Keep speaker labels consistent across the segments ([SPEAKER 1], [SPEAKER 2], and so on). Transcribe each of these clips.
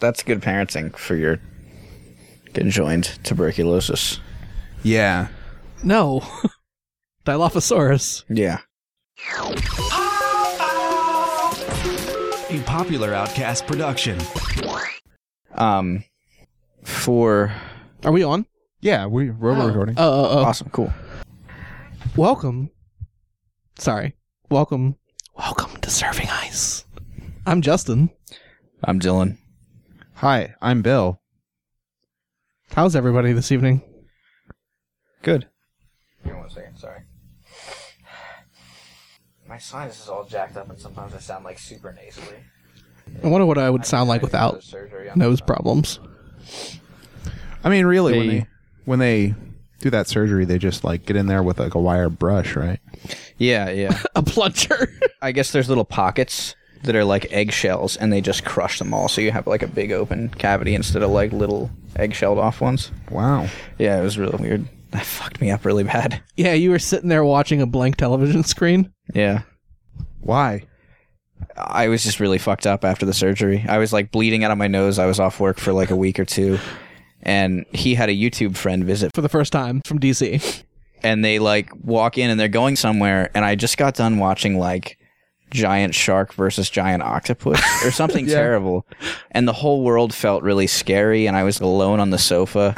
[SPEAKER 1] That's good parenting for your conjoined tuberculosis.
[SPEAKER 2] Yeah.
[SPEAKER 3] No. Dilophosaurus.
[SPEAKER 1] Yeah.
[SPEAKER 4] A popular Outcast production.
[SPEAKER 1] Um, for
[SPEAKER 3] Are we on?
[SPEAKER 2] Yeah, we we're recording.
[SPEAKER 3] Oh, oh, oh.
[SPEAKER 1] awesome, cool.
[SPEAKER 3] Welcome. Sorry. Welcome. Welcome to Surfing Ice. I'm Justin.
[SPEAKER 1] I'm Dylan.
[SPEAKER 2] Hi, I'm Bill.
[SPEAKER 3] How's everybody this evening?
[SPEAKER 1] Good. Here, one second. Sorry. My sinus is all jacked up, and sometimes I sound like super nasally.
[SPEAKER 3] I wonder what I would sound like without
[SPEAKER 1] surgery.
[SPEAKER 3] nose problems.
[SPEAKER 2] I mean, really, when
[SPEAKER 1] Hey.
[SPEAKER 2] they when they do that surgery, they just like get in there with like a wire brush, right?
[SPEAKER 1] Yeah, yeah.
[SPEAKER 3] A plunger.
[SPEAKER 1] I guess there's little pockets that are like eggshells, and they just crush them all, so you have like a big open cavity instead of like little eggshelled off ones.
[SPEAKER 2] Wow.
[SPEAKER 1] Yeah, it was really weird. That fucked me up really bad.
[SPEAKER 3] yeah, you were sitting there watching a blank television screen.
[SPEAKER 1] Yeah.
[SPEAKER 2] Why?
[SPEAKER 1] I was just really fucked up after the surgery. I was like bleeding out of my nose. I was off work for like a week or two. And he had a YouTube friend visit,
[SPEAKER 3] for the first time from DC.
[SPEAKER 1] and they like walk in and they're going somewhere. And I just got done watching like giant shark versus giant octopus or something terrible. And the whole world felt really scary. And I was alone on the sofa.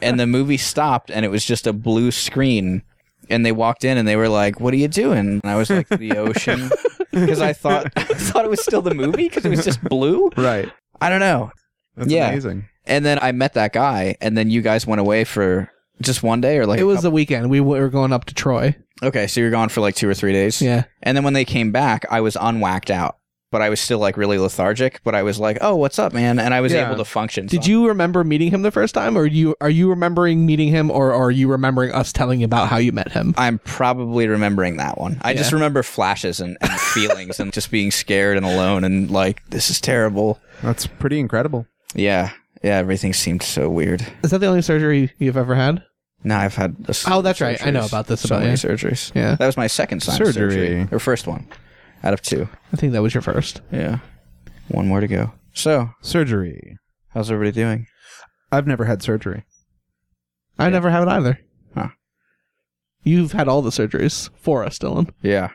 [SPEAKER 1] and the movie stopped, and it was just a blue screen. And they walked in and they were like, "What are you doing?" And I was like, "The ocean," because I thought I thought it was still the movie because it was just blue.
[SPEAKER 2] Right.
[SPEAKER 1] I don't know.
[SPEAKER 2] That's
[SPEAKER 1] Yeah.
[SPEAKER 2] amazing.
[SPEAKER 1] And then I met that guy, and then you guys went away for just one day or like
[SPEAKER 3] It
[SPEAKER 1] a
[SPEAKER 3] was the weekend. We were going up to Troy.
[SPEAKER 1] couple- okay. So you were gone for like two or three days.
[SPEAKER 3] Yeah.
[SPEAKER 1] And then when they came back, I was unwhacked out, but I was still like really lethargic. But I was like, "Oh, what's up, man?" And I was
[SPEAKER 2] Yeah.
[SPEAKER 1] able to function.
[SPEAKER 3] Did you remember meeting him the first time, or you are you remembering meeting him, or are you remembering us telling you about how you met him?
[SPEAKER 1] I'm probably remembering that one. I just remember flashes and, and feelings and just being scared and alone and like, this is terrible.
[SPEAKER 2] That's pretty incredible.
[SPEAKER 1] Yeah. Yeah. Everything seemed so weird.
[SPEAKER 3] Is that the only surgery you've ever had?
[SPEAKER 1] Now I've had. a s-
[SPEAKER 3] Oh, that's right. I know
[SPEAKER 1] surgeries.
[SPEAKER 3] about this
[SPEAKER 1] So
[SPEAKER 3] about
[SPEAKER 1] many
[SPEAKER 3] you.
[SPEAKER 1] surgeries.
[SPEAKER 3] Yeah.
[SPEAKER 1] That was my second sinus surgery.
[SPEAKER 2] Surgery.
[SPEAKER 1] Or first one out of two.
[SPEAKER 3] I think that was your first.
[SPEAKER 1] Yeah. One more to go. So,
[SPEAKER 2] Surgery.
[SPEAKER 1] how's everybody doing?
[SPEAKER 2] I've never had surgery.
[SPEAKER 3] I never had it either.
[SPEAKER 1] Huh.
[SPEAKER 3] You've had all the surgeries for us, Dylan.
[SPEAKER 1] Yeah.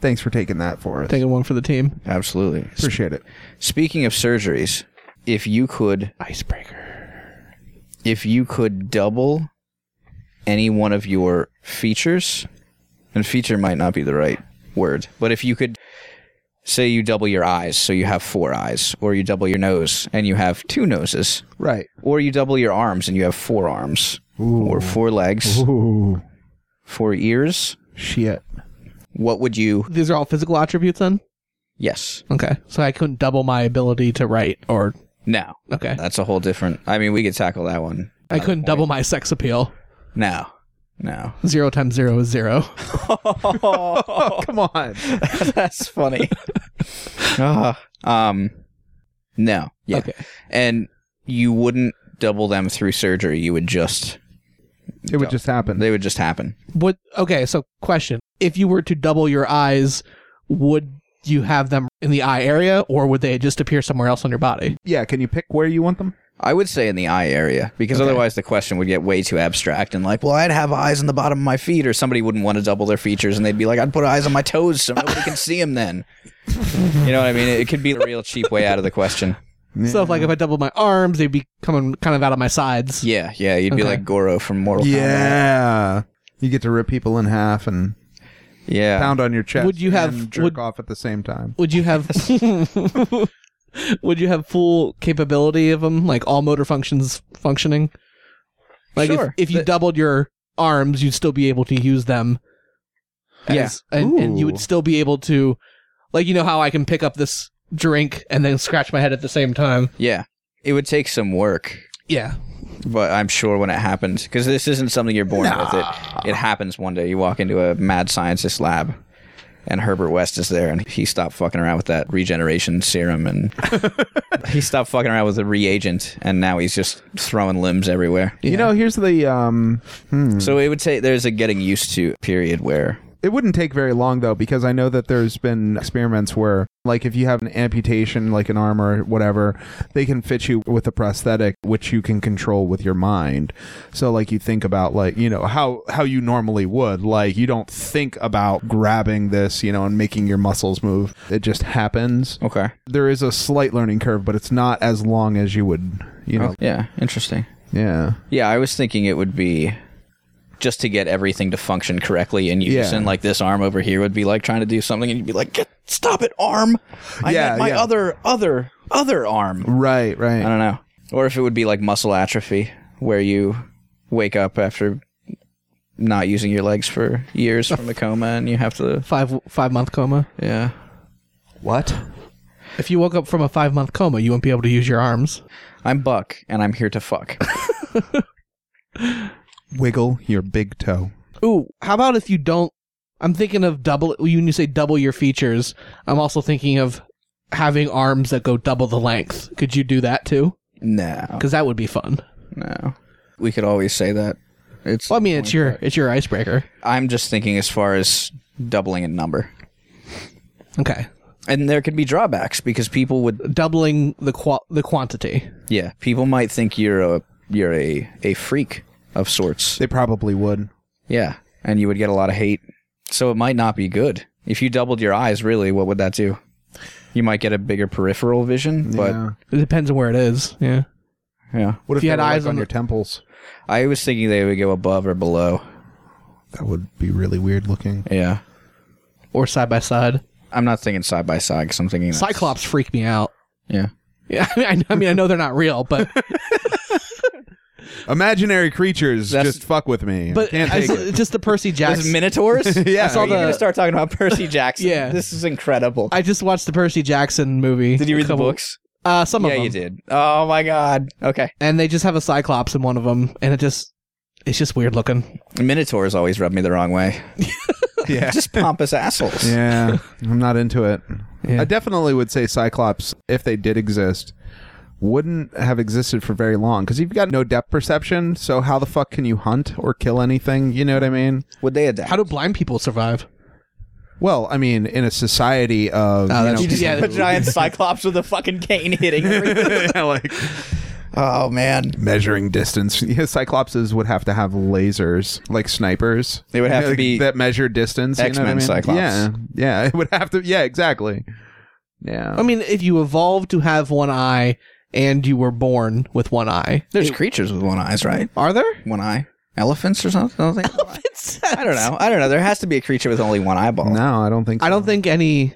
[SPEAKER 2] Thanks for taking that for us.
[SPEAKER 3] Taking one for the team.
[SPEAKER 1] Absolutely. S-
[SPEAKER 2] Appreciate it.
[SPEAKER 1] Speaking of surgeries, if you could
[SPEAKER 3] Icebreaker.
[SPEAKER 1] if you could double any one of your features, and feature might not be the right word, but if you could say you double your eyes, so you have four eyes, or you double your nose and you have two noses,
[SPEAKER 2] Right.
[SPEAKER 1] or you double your arms and you have four arms, or four legs,
[SPEAKER 2] Ooh.
[SPEAKER 1] four ears,
[SPEAKER 2] Shit.
[SPEAKER 1] what would you?
[SPEAKER 3] These are all physical attributes, then.
[SPEAKER 1] Yes.
[SPEAKER 3] Okay, so I couldn't double my ability to write, or
[SPEAKER 1] No.
[SPEAKER 3] okay,
[SPEAKER 1] That's a whole different. I mean, we could tackle that one.
[SPEAKER 3] I couldn't double my sex appeal.
[SPEAKER 1] No. No.
[SPEAKER 3] Zero times zero is zero.
[SPEAKER 2] Oh, Come on.
[SPEAKER 1] That's funny. Ah, um, no. Yeah.
[SPEAKER 3] Okay.
[SPEAKER 1] And you wouldn't double them through surgery. You would just
[SPEAKER 2] It would just happen.
[SPEAKER 1] they would just happen.
[SPEAKER 3] Would okay, so question. If you were to double your eyes, would you have them in the eye area or would they just appear somewhere else on your body?
[SPEAKER 2] yeah. Can you pick where you want them?
[SPEAKER 1] I would say in the eye area because otherwise the question would get way too abstract and like, well, I'd have eyes on the bottom of my feet, or somebody wouldn't want to double their features and they'd be like, I'd put eyes on my toes so nobody can see them. Then, you know what I mean? It could be a real cheap way out of the question.
[SPEAKER 3] So if like if I doubled my arms, they'd be coming kind of out of my sides.
[SPEAKER 1] Yeah, yeah. You'd be
[SPEAKER 3] Okay.
[SPEAKER 1] like Goro from Mortal Kombat.
[SPEAKER 2] Yeah. You get to rip people in half and
[SPEAKER 1] Yeah,
[SPEAKER 2] pound on your chest.
[SPEAKER 3] Would you have-
[SPEAKER 2] and jerk
[SPEAKER 3] would-
[SPEAKER 2] off at the same time?
[SPEAKER 3] Would you have Would you have full capability of them, like all motor functions functioning? Like if-
[SPEAKER 1] Sure.
[SPEAKER 3] if, you
[SPEAKER 1] The-
[SPEAKER 3] doubled your arms, you'd still be able to use them.
[SPEAKER 1] Yeah.
[SPEAKER 3] and, and you
[SPEAKER 2] Ooh.
[SPEAKER 3] would still be able to, like you know how I can pick up this drink and then scratch my head at the same time.
[SPEAKER 1] yeah. It would take some work.
[SPEAKER 3] Yeah,
[SPEAKER 1] but I'm sure when it happens, because this isn't something you're born with. It it happens one day. You walk into a mad scientist lab, and Herbert West is there, and he stopped fucking around with that regeneration serum, and he stopped fucking around with the reagent, and now he's just throwing limbs everywhere.
[SPEAKER 2] You know, here's the um. hmm.
[SPEAKER 1] So it would say there's a getting used to period where
[SPEAKER 2] It wouldn't take very long though, because I know that there's been experiments where Like if you have an amputation, like an arm or whatever, they can fit you with a prosthetic, which you can control with your mind. So like you think about like you know how how you normally would. Like you don't think about grabbing this, you know, and making your muscles move. It just happens.
[SPEAKER 1] Okay.
[SPEAKER 2] There is a slight learning curve, but it's not as long as you would, you know.
[SPEAKER 1] Yeah. Interesting.
[SPEAKER 2] Yeah.
[SPEAKER 1] Yeah, I was thinking it would be just to get everything to function correctly in unison. Like this arm over here would be like trying to do something, and you'd be like, get, "Stop it, arm! I
[SPEAKER 2] Yeah,
[SPEAKER 1] meant my
[SPEAKER 2] yeah.
[SPEAKER 1] other, other, other arm."
[SPEAKER 2] Right. Right.
[SPEAKER 1] I don't know. Or if it would be like muscle atrophy, where you wake up after not using your legs for years from a coma, and you have to,
[SPEAKER 3] Five five month coma.
[SPEAKER 1] yeah.
[SPEAKER 2] What?
[SPEAKER 3] If you woke up from a five month coma, you wouldn't be able to use your arms.
[SPEAKER 1] I'm Buck, and I'm here to fuck.
[SPEAKER 2] Wiggle your big toe.
[SPEAKER 3] Ooh, how about if you don't? I'm thinking of double. When you say double your features, I'm also thinking of having arms that go double the length. Could you do that too?
[SPEAKER 1] no,
[SPEAKER 3] Because that would be fun.
[SPEAKER 1] no. We could always say that. It's.
[SPEAKER 3] Well, I mean, it's your it's your icebreaker.
[SPEAKER 1] I'm just thinking as far as doubling in number.
[SPEAKER 3] Okay,
[SPEAKER 1] and there could be drawbacks because people would
[SPEAKER 3] doubling the qua- the quantity.
[SPEAKER 1] yeah people might think you're a you're a a freak of sorts
[SPEAKER 2] They probably would.
[SPEAKER 1] yeah and you would get a lot of hate so it might not be good if you doubled your eyes really what would that do you might get a bigger peripheral vision
[SPEAKER 2] Yeah.
[SPEAKER 3] It depends on where it is. Yeah.
[SPEAKER 1] but yeah
[SPEAKER 2] What if,
[SPEAKER 3] you
[SPEAKER 2] they
[SPEAKER 3] had
[SPEAKER 2] were, like,
[SPEAKER 3] eyes on
[SPEAKER 2] on
[SPEAKER 3] the-
[SPEAKER 2] your temples?
[SPEAKER 1] i was thinking they would go above or below
[SPEAKER 2] That would be really weird looking.
[SPEAKER 1] yeah
[SPEAKER 3] Or side by side.
[SPEAKER 1] i'm not thinking side by side because i'm thinking that's-
[SPEAKER 3] Cyclops freak me out.
[SPEAKER 1] yeah
[SPEAKER 3] Yeah, I mean, I, I mean, I know they're not real, but
[SPEAKER 2] Imaginary creatures
[SPEAKER 1] That's-
[SPEAKER 2] just fuck with me.
[SPEAKER 3] but
[SPEAKER 2] Can't
[SPEAKER 3] I
[SPEAKER 2] take
[SPEAKER 3] saw-
[SPEAKER 2] it.
[SPEAKER 3] just the Percy
[SPEAKER 1] There's
[SPEAKER 3] Jackson.
[SPEAKER 1] minotaurs
[SPEAKER 2] Yeah.
[SPEAKER 1] i saw
[SPEAKER 2] Are
[SPEAKER 1] the
[SPEAKER 2] you
[SPEAKER 1] gonna
[SPEAKER 2] gonna
[SPEAKER 1] start talking about percy jackson
[SPEAKER 3] Yeah.
[SPEAKER 1] this is incredible
[SPEAKER 3] I just watched the Percy Jackson movie.
[SPEAKER 1] did you
[SPEAKER 3] a
[SPEAKER 1] read the
[SPEAKER 3] couple-
[SPEAKER 1] books
[SPEAKER 3] Uh, some of
[SPEAKER 1] yeah
[SPEAKER 3] them.
[SPEAKER 1] you did oh my god okay
[SPEAKER 3] And they just have a Cyclops in one of them, and it just it's just weird looking.
[SPEAKER 1] Minotaurs always rub me the wrong way.
[SPEAKER 2] Yeah.
[SPEAKER 1] Just pompous assholes.
[SPEAKER 2] yeah. I'm not into it.
[SPEAKER 3] Yeah.
[SPEAKER 2] I definitely would say Cyclops, if they did exist, wouldn't have existed for very long because you've got no depth perception. So how the fuck can you hunt or kill anything? You know what I mean?
[SPEAKER 1] Would they adapt?
[SPEAKER 3] How do blind people survive?
[SPEAKER 2] Well, I mean, in a society of
[SPEAKER 3] Oh, that's
[SPEAKER 1] you
[SPEAKER 2] you know,
[SPEAKER 1] just
[SPEAKER 3] Yeah.
[SPEAKER 1] have a giant cyclops with a fucking cane hitting everything?
[SPEAKER 2] yeah, like
[SPEAKER 1] oh man.
[SPEAKER 2] measuring distance, yeah, Cyclopses would have to have lasers, like snipers.
[SPEAKER 1] They would have to
[SPEAKER 2] Like,
[SPEAKER 1] be
[SPEAKER 2] that measure distance. you know what I
[SPEAKER 1] X-Men
[SPEAKER 2] mean?
[SPEAKER 1] Cyclops.
[SPEAKER 2] Yeah, yeah. It would have to. Yeah, exactly. Yeah.
[SPEAKER 3] I mean, if you evolved to have one eye and you were born with one eye,
[SPEAKER 1] There's creatures with one eyes, right?
[SPEAKER 3] are there?
[SPEAKER 1] One eye. Elephants or something? Don't they- I don't know. I don't know. There has to be a creature with only one eyeball.
[SPEAKER 2] no, I don't think.
[SPEAKER 3] I don't think any.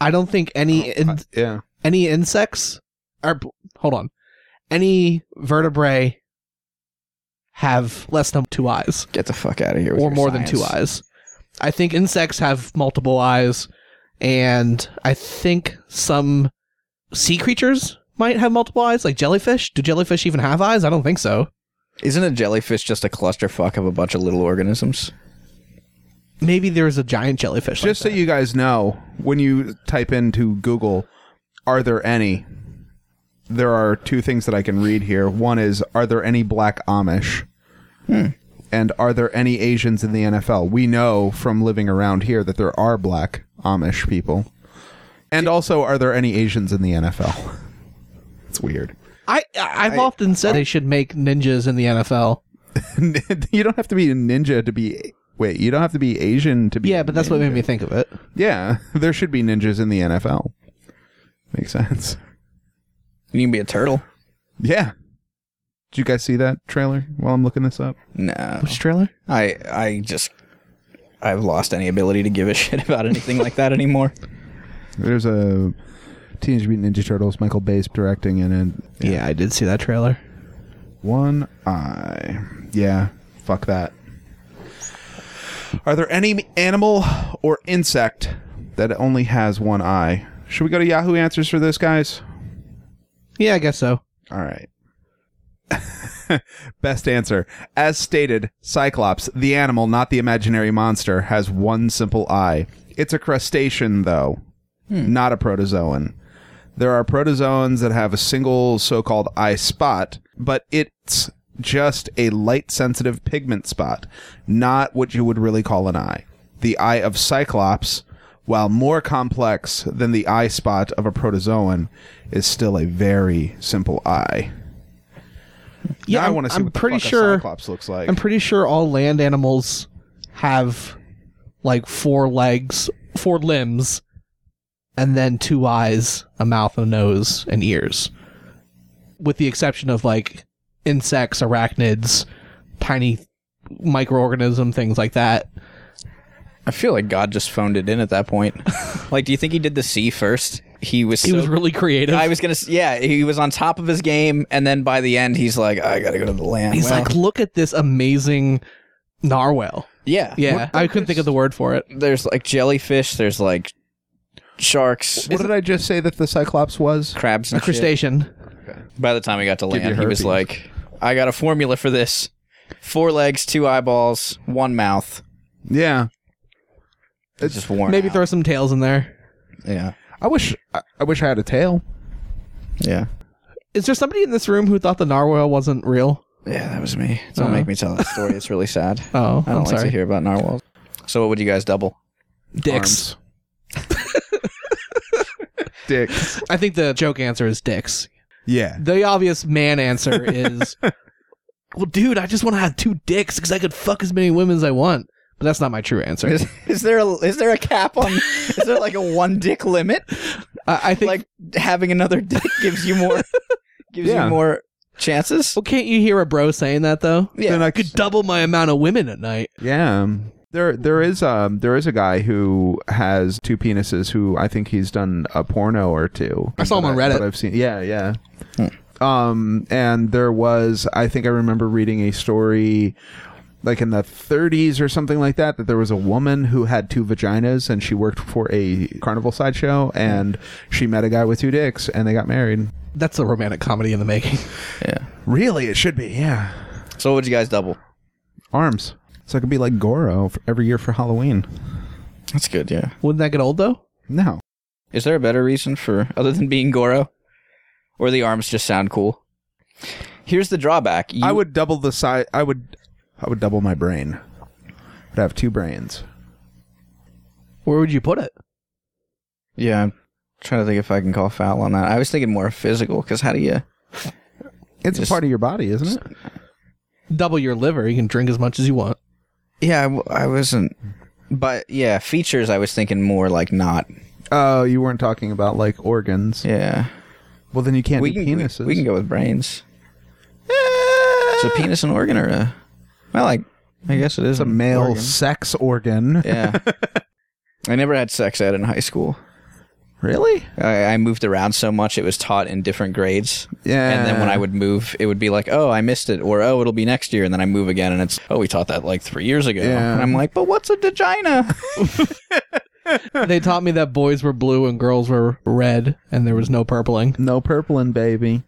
[SPEAKER 3] I don't think any in,
[SPEAKER 2] so. Yeah.
[SPEAKER 3] any insects are. Hold on, any vertebrae have less than two eyes
[SPEAKER 1] Get the fuck out of here. With
[SPEAKER 3] or
[SPEAKER 1] your
[SPEAKER 3] more than
[SPEAKER 1] science.
[SPEAKER 3] two eyes. I think insects have multiple eyes, and I think some sea creatures might have multiple eyes, like jellyfish. Do jellyfish even have eyes? I don't think so.
[SPEAKER 1] Isn't a jellyfish just a clusterfuck of a bunch of little organisms?
[SPEAKER 3] Maybe there's a giant jellyfish. like
[SPEAKER 2] Just so you guys know, when you type into Google, are there any? There are two things that I can read here. One is, are there any black Amish?
[SPEAKER 3] Hmm.
[SPEAKER 2] And are there any Asians in the NFL? We know from living around here that there are black Amish people. And also, are there any Asians in the NFL? It's weird.
[SPEAKER 3] I, I I've often said they should make ninjas in the NFL.
[SPEAKER 2] you don't have to be a ninja to be. Wait, you don't have to be Asian to be.
[SPEAKER 3] Yeah, but that's what
[SPEAKER 2] ninja.
[SPEAKER 3] made me think of it.
[SPEAKER 2] Yeah, there should be ninjas in the NFL. Makes sense.
[SPEAKER 1] You can be a turtle.
[SPEAKER 2] Yeah. Did you guys see that trailer while I'm looking this up?
[SPEAKER 1] No.
[SPEAKER 3] Which trailer?
[SPEAKER 1] I I just I've lost any ability to give a shit about anything like that anymore.
[SPEAKER 2] There's a Teenage Mutant Ninja Turtles, Michael Bay's directing, and
[SPEAKER 3] Yeah. I did see that trailer.
[SPEAKER 2] one eye. Yeah, fuck that. Are there any animal or insect that only has one eye? Should we go to Yahoo Answers for this, guys?
[SPEAKER 3] Yeah, I guess so.
[SPEAKER 2] All right. Best answer. As stated, Cyclops, the animal, not the imaginary monster, has one simple eye. It's a crustacean, though, not a protozoan. There are protozoans that have a single so called eye spot, but it's just a light sensitive pigment spot, not what you would really call an eye. The eye of Cyclops while more complex than the eye spot of a protozoan, is still a very simple eye.
[SPEAKER 3] Yeah,
[SPEAKER 2] Now I
[SPEAKER 3] I'm-
[SPEAKER 2] want to see
[SPEAKER 3] I'm
[SPEAKER 2] what the
[SPEAKER 3] pretty
[SPEAKER 2] fuck
[SPEAKER 3] sure-
[SPEAKER 2] a cyclops looks like.
[SPEAKER 3] I'm pretty sure all land animals have like four legs, four limbs, and then two eyes, a mouth, a nose, and ears. With the exception of like insects, arachnids, tiny microorganism things like that.
[SPEAKER 1] I feel like God just phoned it in at that point. like, do you think he did the C first? He was.
[SPEAKER 3] He
[SPEAKER 1] so-
[SPEAKER 3] was really creative.
[SPEAKER 1] I was gonna. s- Yeah, he was on top of his game, and then by the end, he's like, I gotta go to the land.
[SPEAKER 3] He's
[SPEAKER 1] Well,
[SPEAKER 3] like, look at this amazing narwhal.
[SPEAKER 1] yeah,
[SPEAKER 3] Yeah, I couldn't think of the word for it.
[SPEAKER 1] There's like jellyfish. There's like sharks,
[SPEAKER 2] what did I just say that the cyclops was?
[SPEAKER 1] crabs,
[SPEAKER 3] A
[SPEAKER 1] and shit.
[SPEAKER 3] crustacean.
[SPEAKER 1] By the time we got to
[SPEAKER 2] you
[SPEAKER 1] land, he was
[SPEAKER 2] herpes.
[SPEAKER 1] like, I got a formula for this: four legs, two eyeballs, one mouth.
[SPEAKER 2] Yeah,
[SPEAKER 1] It's just worn.
[SPEAKER 3] Maybe
[SPEAKER 1] out.
[SPEAKER 3] throw some tails in there.
[SPEAKER 1] Yeah,
[SPEAKER 2] I wish I, I wish I had a tail.
[SPEAKER 1] yeah,
[SPEAKER 3] Is there somebody in this room who thought the narwhal wasn't real?
[SPEAKER 1] yeah. That was me. Don't make me tell that story. It's really sad.
[SPEAKER 3] Oh,
[SPEAKER 1] I don't like
[SPEAKER 3] am Uh-huh. sorry.
[SPEAKER 1] to hear about narwhals. So, what would you guys double?
[SPEAKER 3] Dicks.
[SPEAKER 2] Arms. Dicks.
[SPEAKER 3] I think the joke answer is dicks.
[SPEAKER 2] Yeah.
[SPEAKER 3] The obvious man answer is, well, dude, I just want to have two dicks because I could fuck as many women as I want. But that's not my true answer.
[SPEAKER 1] Is, is there a is there a cap on? is there like a one dick limit?
[SPEAKER 3] I, I think.
[SPEAKER 1] Like having another dick gives you more gives
[SPEAKER 2] Yeah.
[SPEAKER 1] you more chances.
[SPEAKER 3] well, can't you hear a bro saying that though?
[SPEAKER 1] Yeah.
[SPEAKER 2] Then I
[SPEAKER 3] I could double my amount of women at night.
[SPEAKER 2] Yeah. um, There there is um there is a guy who has two penises who I think he's done a porno or two.
[SPEAKER 3] I saw him
[SPEAKER 2] But
[SPEAKER 3] on Reddit.
[SPEAKER 2] but I've seen yeah, yeah. Um and there was I think I remember reading a story like in the 30s or something like that that there was a woman who had two vaginas and she worked for a carnival sideshow and she met a guy with two dicks and they got married.
[SPEAKER 3] That's a romantic comedy in the making.
[SPEAKER 1] Yeah.
[SPEAKER 2] Really, it should be. Yeah.
[SPEAKER 1] So, what would you guys double?
[SPEAKER 2] Arms. So I could be like Goro for every year for Halloween.
[SPEAKER 1] That's good. Yeah.
[SPEAKER 3] Wouldn't that get old though?
[SPEAKER 2] No.
[SPEAKER 1] Is there a better reason for other than being Goro, or the arms just sound cool? Here's the drawback. You,
[SPEAKER 2] I would double the size. I would, I would double my brain. I'd have two brains.
[SPEAKER 3] Where would you put it?
[SPEAKER 1] Yeah. I'm trying to think if I can call foul on that. I was thinking more physical because how do you?
[SPEAKER 2] It's
[SPEAKER 1] Just-
[SPEAKER 2] a part of your body, isn't it?
[SPEAKER 3] Double your liver. You can drink as much as you want.
[SPEAKER 1] Yeah, I, w- I wasn't. But yeah, features. I was thinking more like not.
[SPEAKER 2] Oh, you weren't talking about like organs.
[SPEAKER 1] Yeah.
[SPEAKER 2] Well, then you can't
[SPEAKER 1] we
[SPEAKER 2] do
[SPEAKER 1] can
[SPEAKER 2] penises. Ah.
[SPEAKER 1] We, we can go with brains. Is a penis an organ or a? Well, like I guess it is
[SPEAKER 2] It's a
[SPEAKER 1] an
[SPEAKER 2] male
[SPEAKER 1] organ.
[SPEAKER 2] sex organ.
[SPEAKER 1] Yeah. I never had sex ed in high school.
[SPEAKER 2] Really?
[SPEAKER 1] I, I moved around so much; it was taught in different grades.
[SPEAKER 2] Yeah.
[SPEAKER 1] And then when I would move, it would be like, "Oh, I missed it," or "Oh, it'll be next year." And then I move again, and it's, "Oh, we taught that like three years ago."
[SPEAKER 2] Yeah.
[SPEAKER 1] And I'm like, "But what's a vagina?"
[SPEAKER 3] they taught me that boys were blue and girls were red, and there was no purpling.
[SPEAKER 2] No purpling, baby.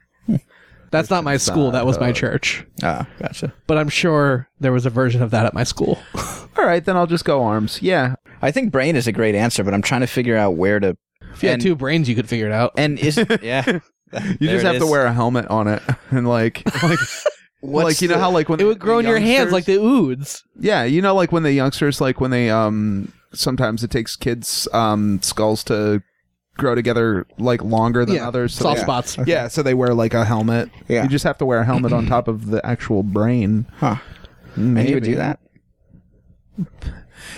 [SPEAKER 3] That's not my school. That
[SPEAKER 1] Uh,
[SPEAKER 3] was my church.
[SPEAKER 1] ah, gotcha.
[SPEAKER 3] but I'm sure there was a version of that at my school.
[SPEAKER 2] All right, then I'll just go arms. Yeah.
[SPEAKER 1] I think brain is a great answer, but I'm trying to figure out where to.
[SPEAKER 3] if you had
[SPEAKER 1] And-
[SPEAKER 3] two brains, you could figure it out.
[SPEAKER 1] And is yeah.
[SPEAKER 2] You just have to wear a helmet on it and like, like, like you know how like when
[SPEAKER 3] It would grow in your hands like
[SPEAKER 2] the. youngsters-
[SPEAKER 3] the oods.
[SPEAKER 2] Yeah, you know, like when the youngsters, like when they, um, sometimes it takes kids' um, skulls to grow together like longer than
[SPEAKER 3] Yeah,
[SPEAKER 2] others. So
[SPEAKER 3] soft
[SPEAKER 2] they-
[SPEAKER 3] spots.
[SPEAKER 2] Yeah, so they wear like a helmet.
[SPEAKER 1] Yeah.
[SPEAKER 2] you just have to wear a helmet on top of the actual brain.
[SPEAKER 1] Huh. And you would do that.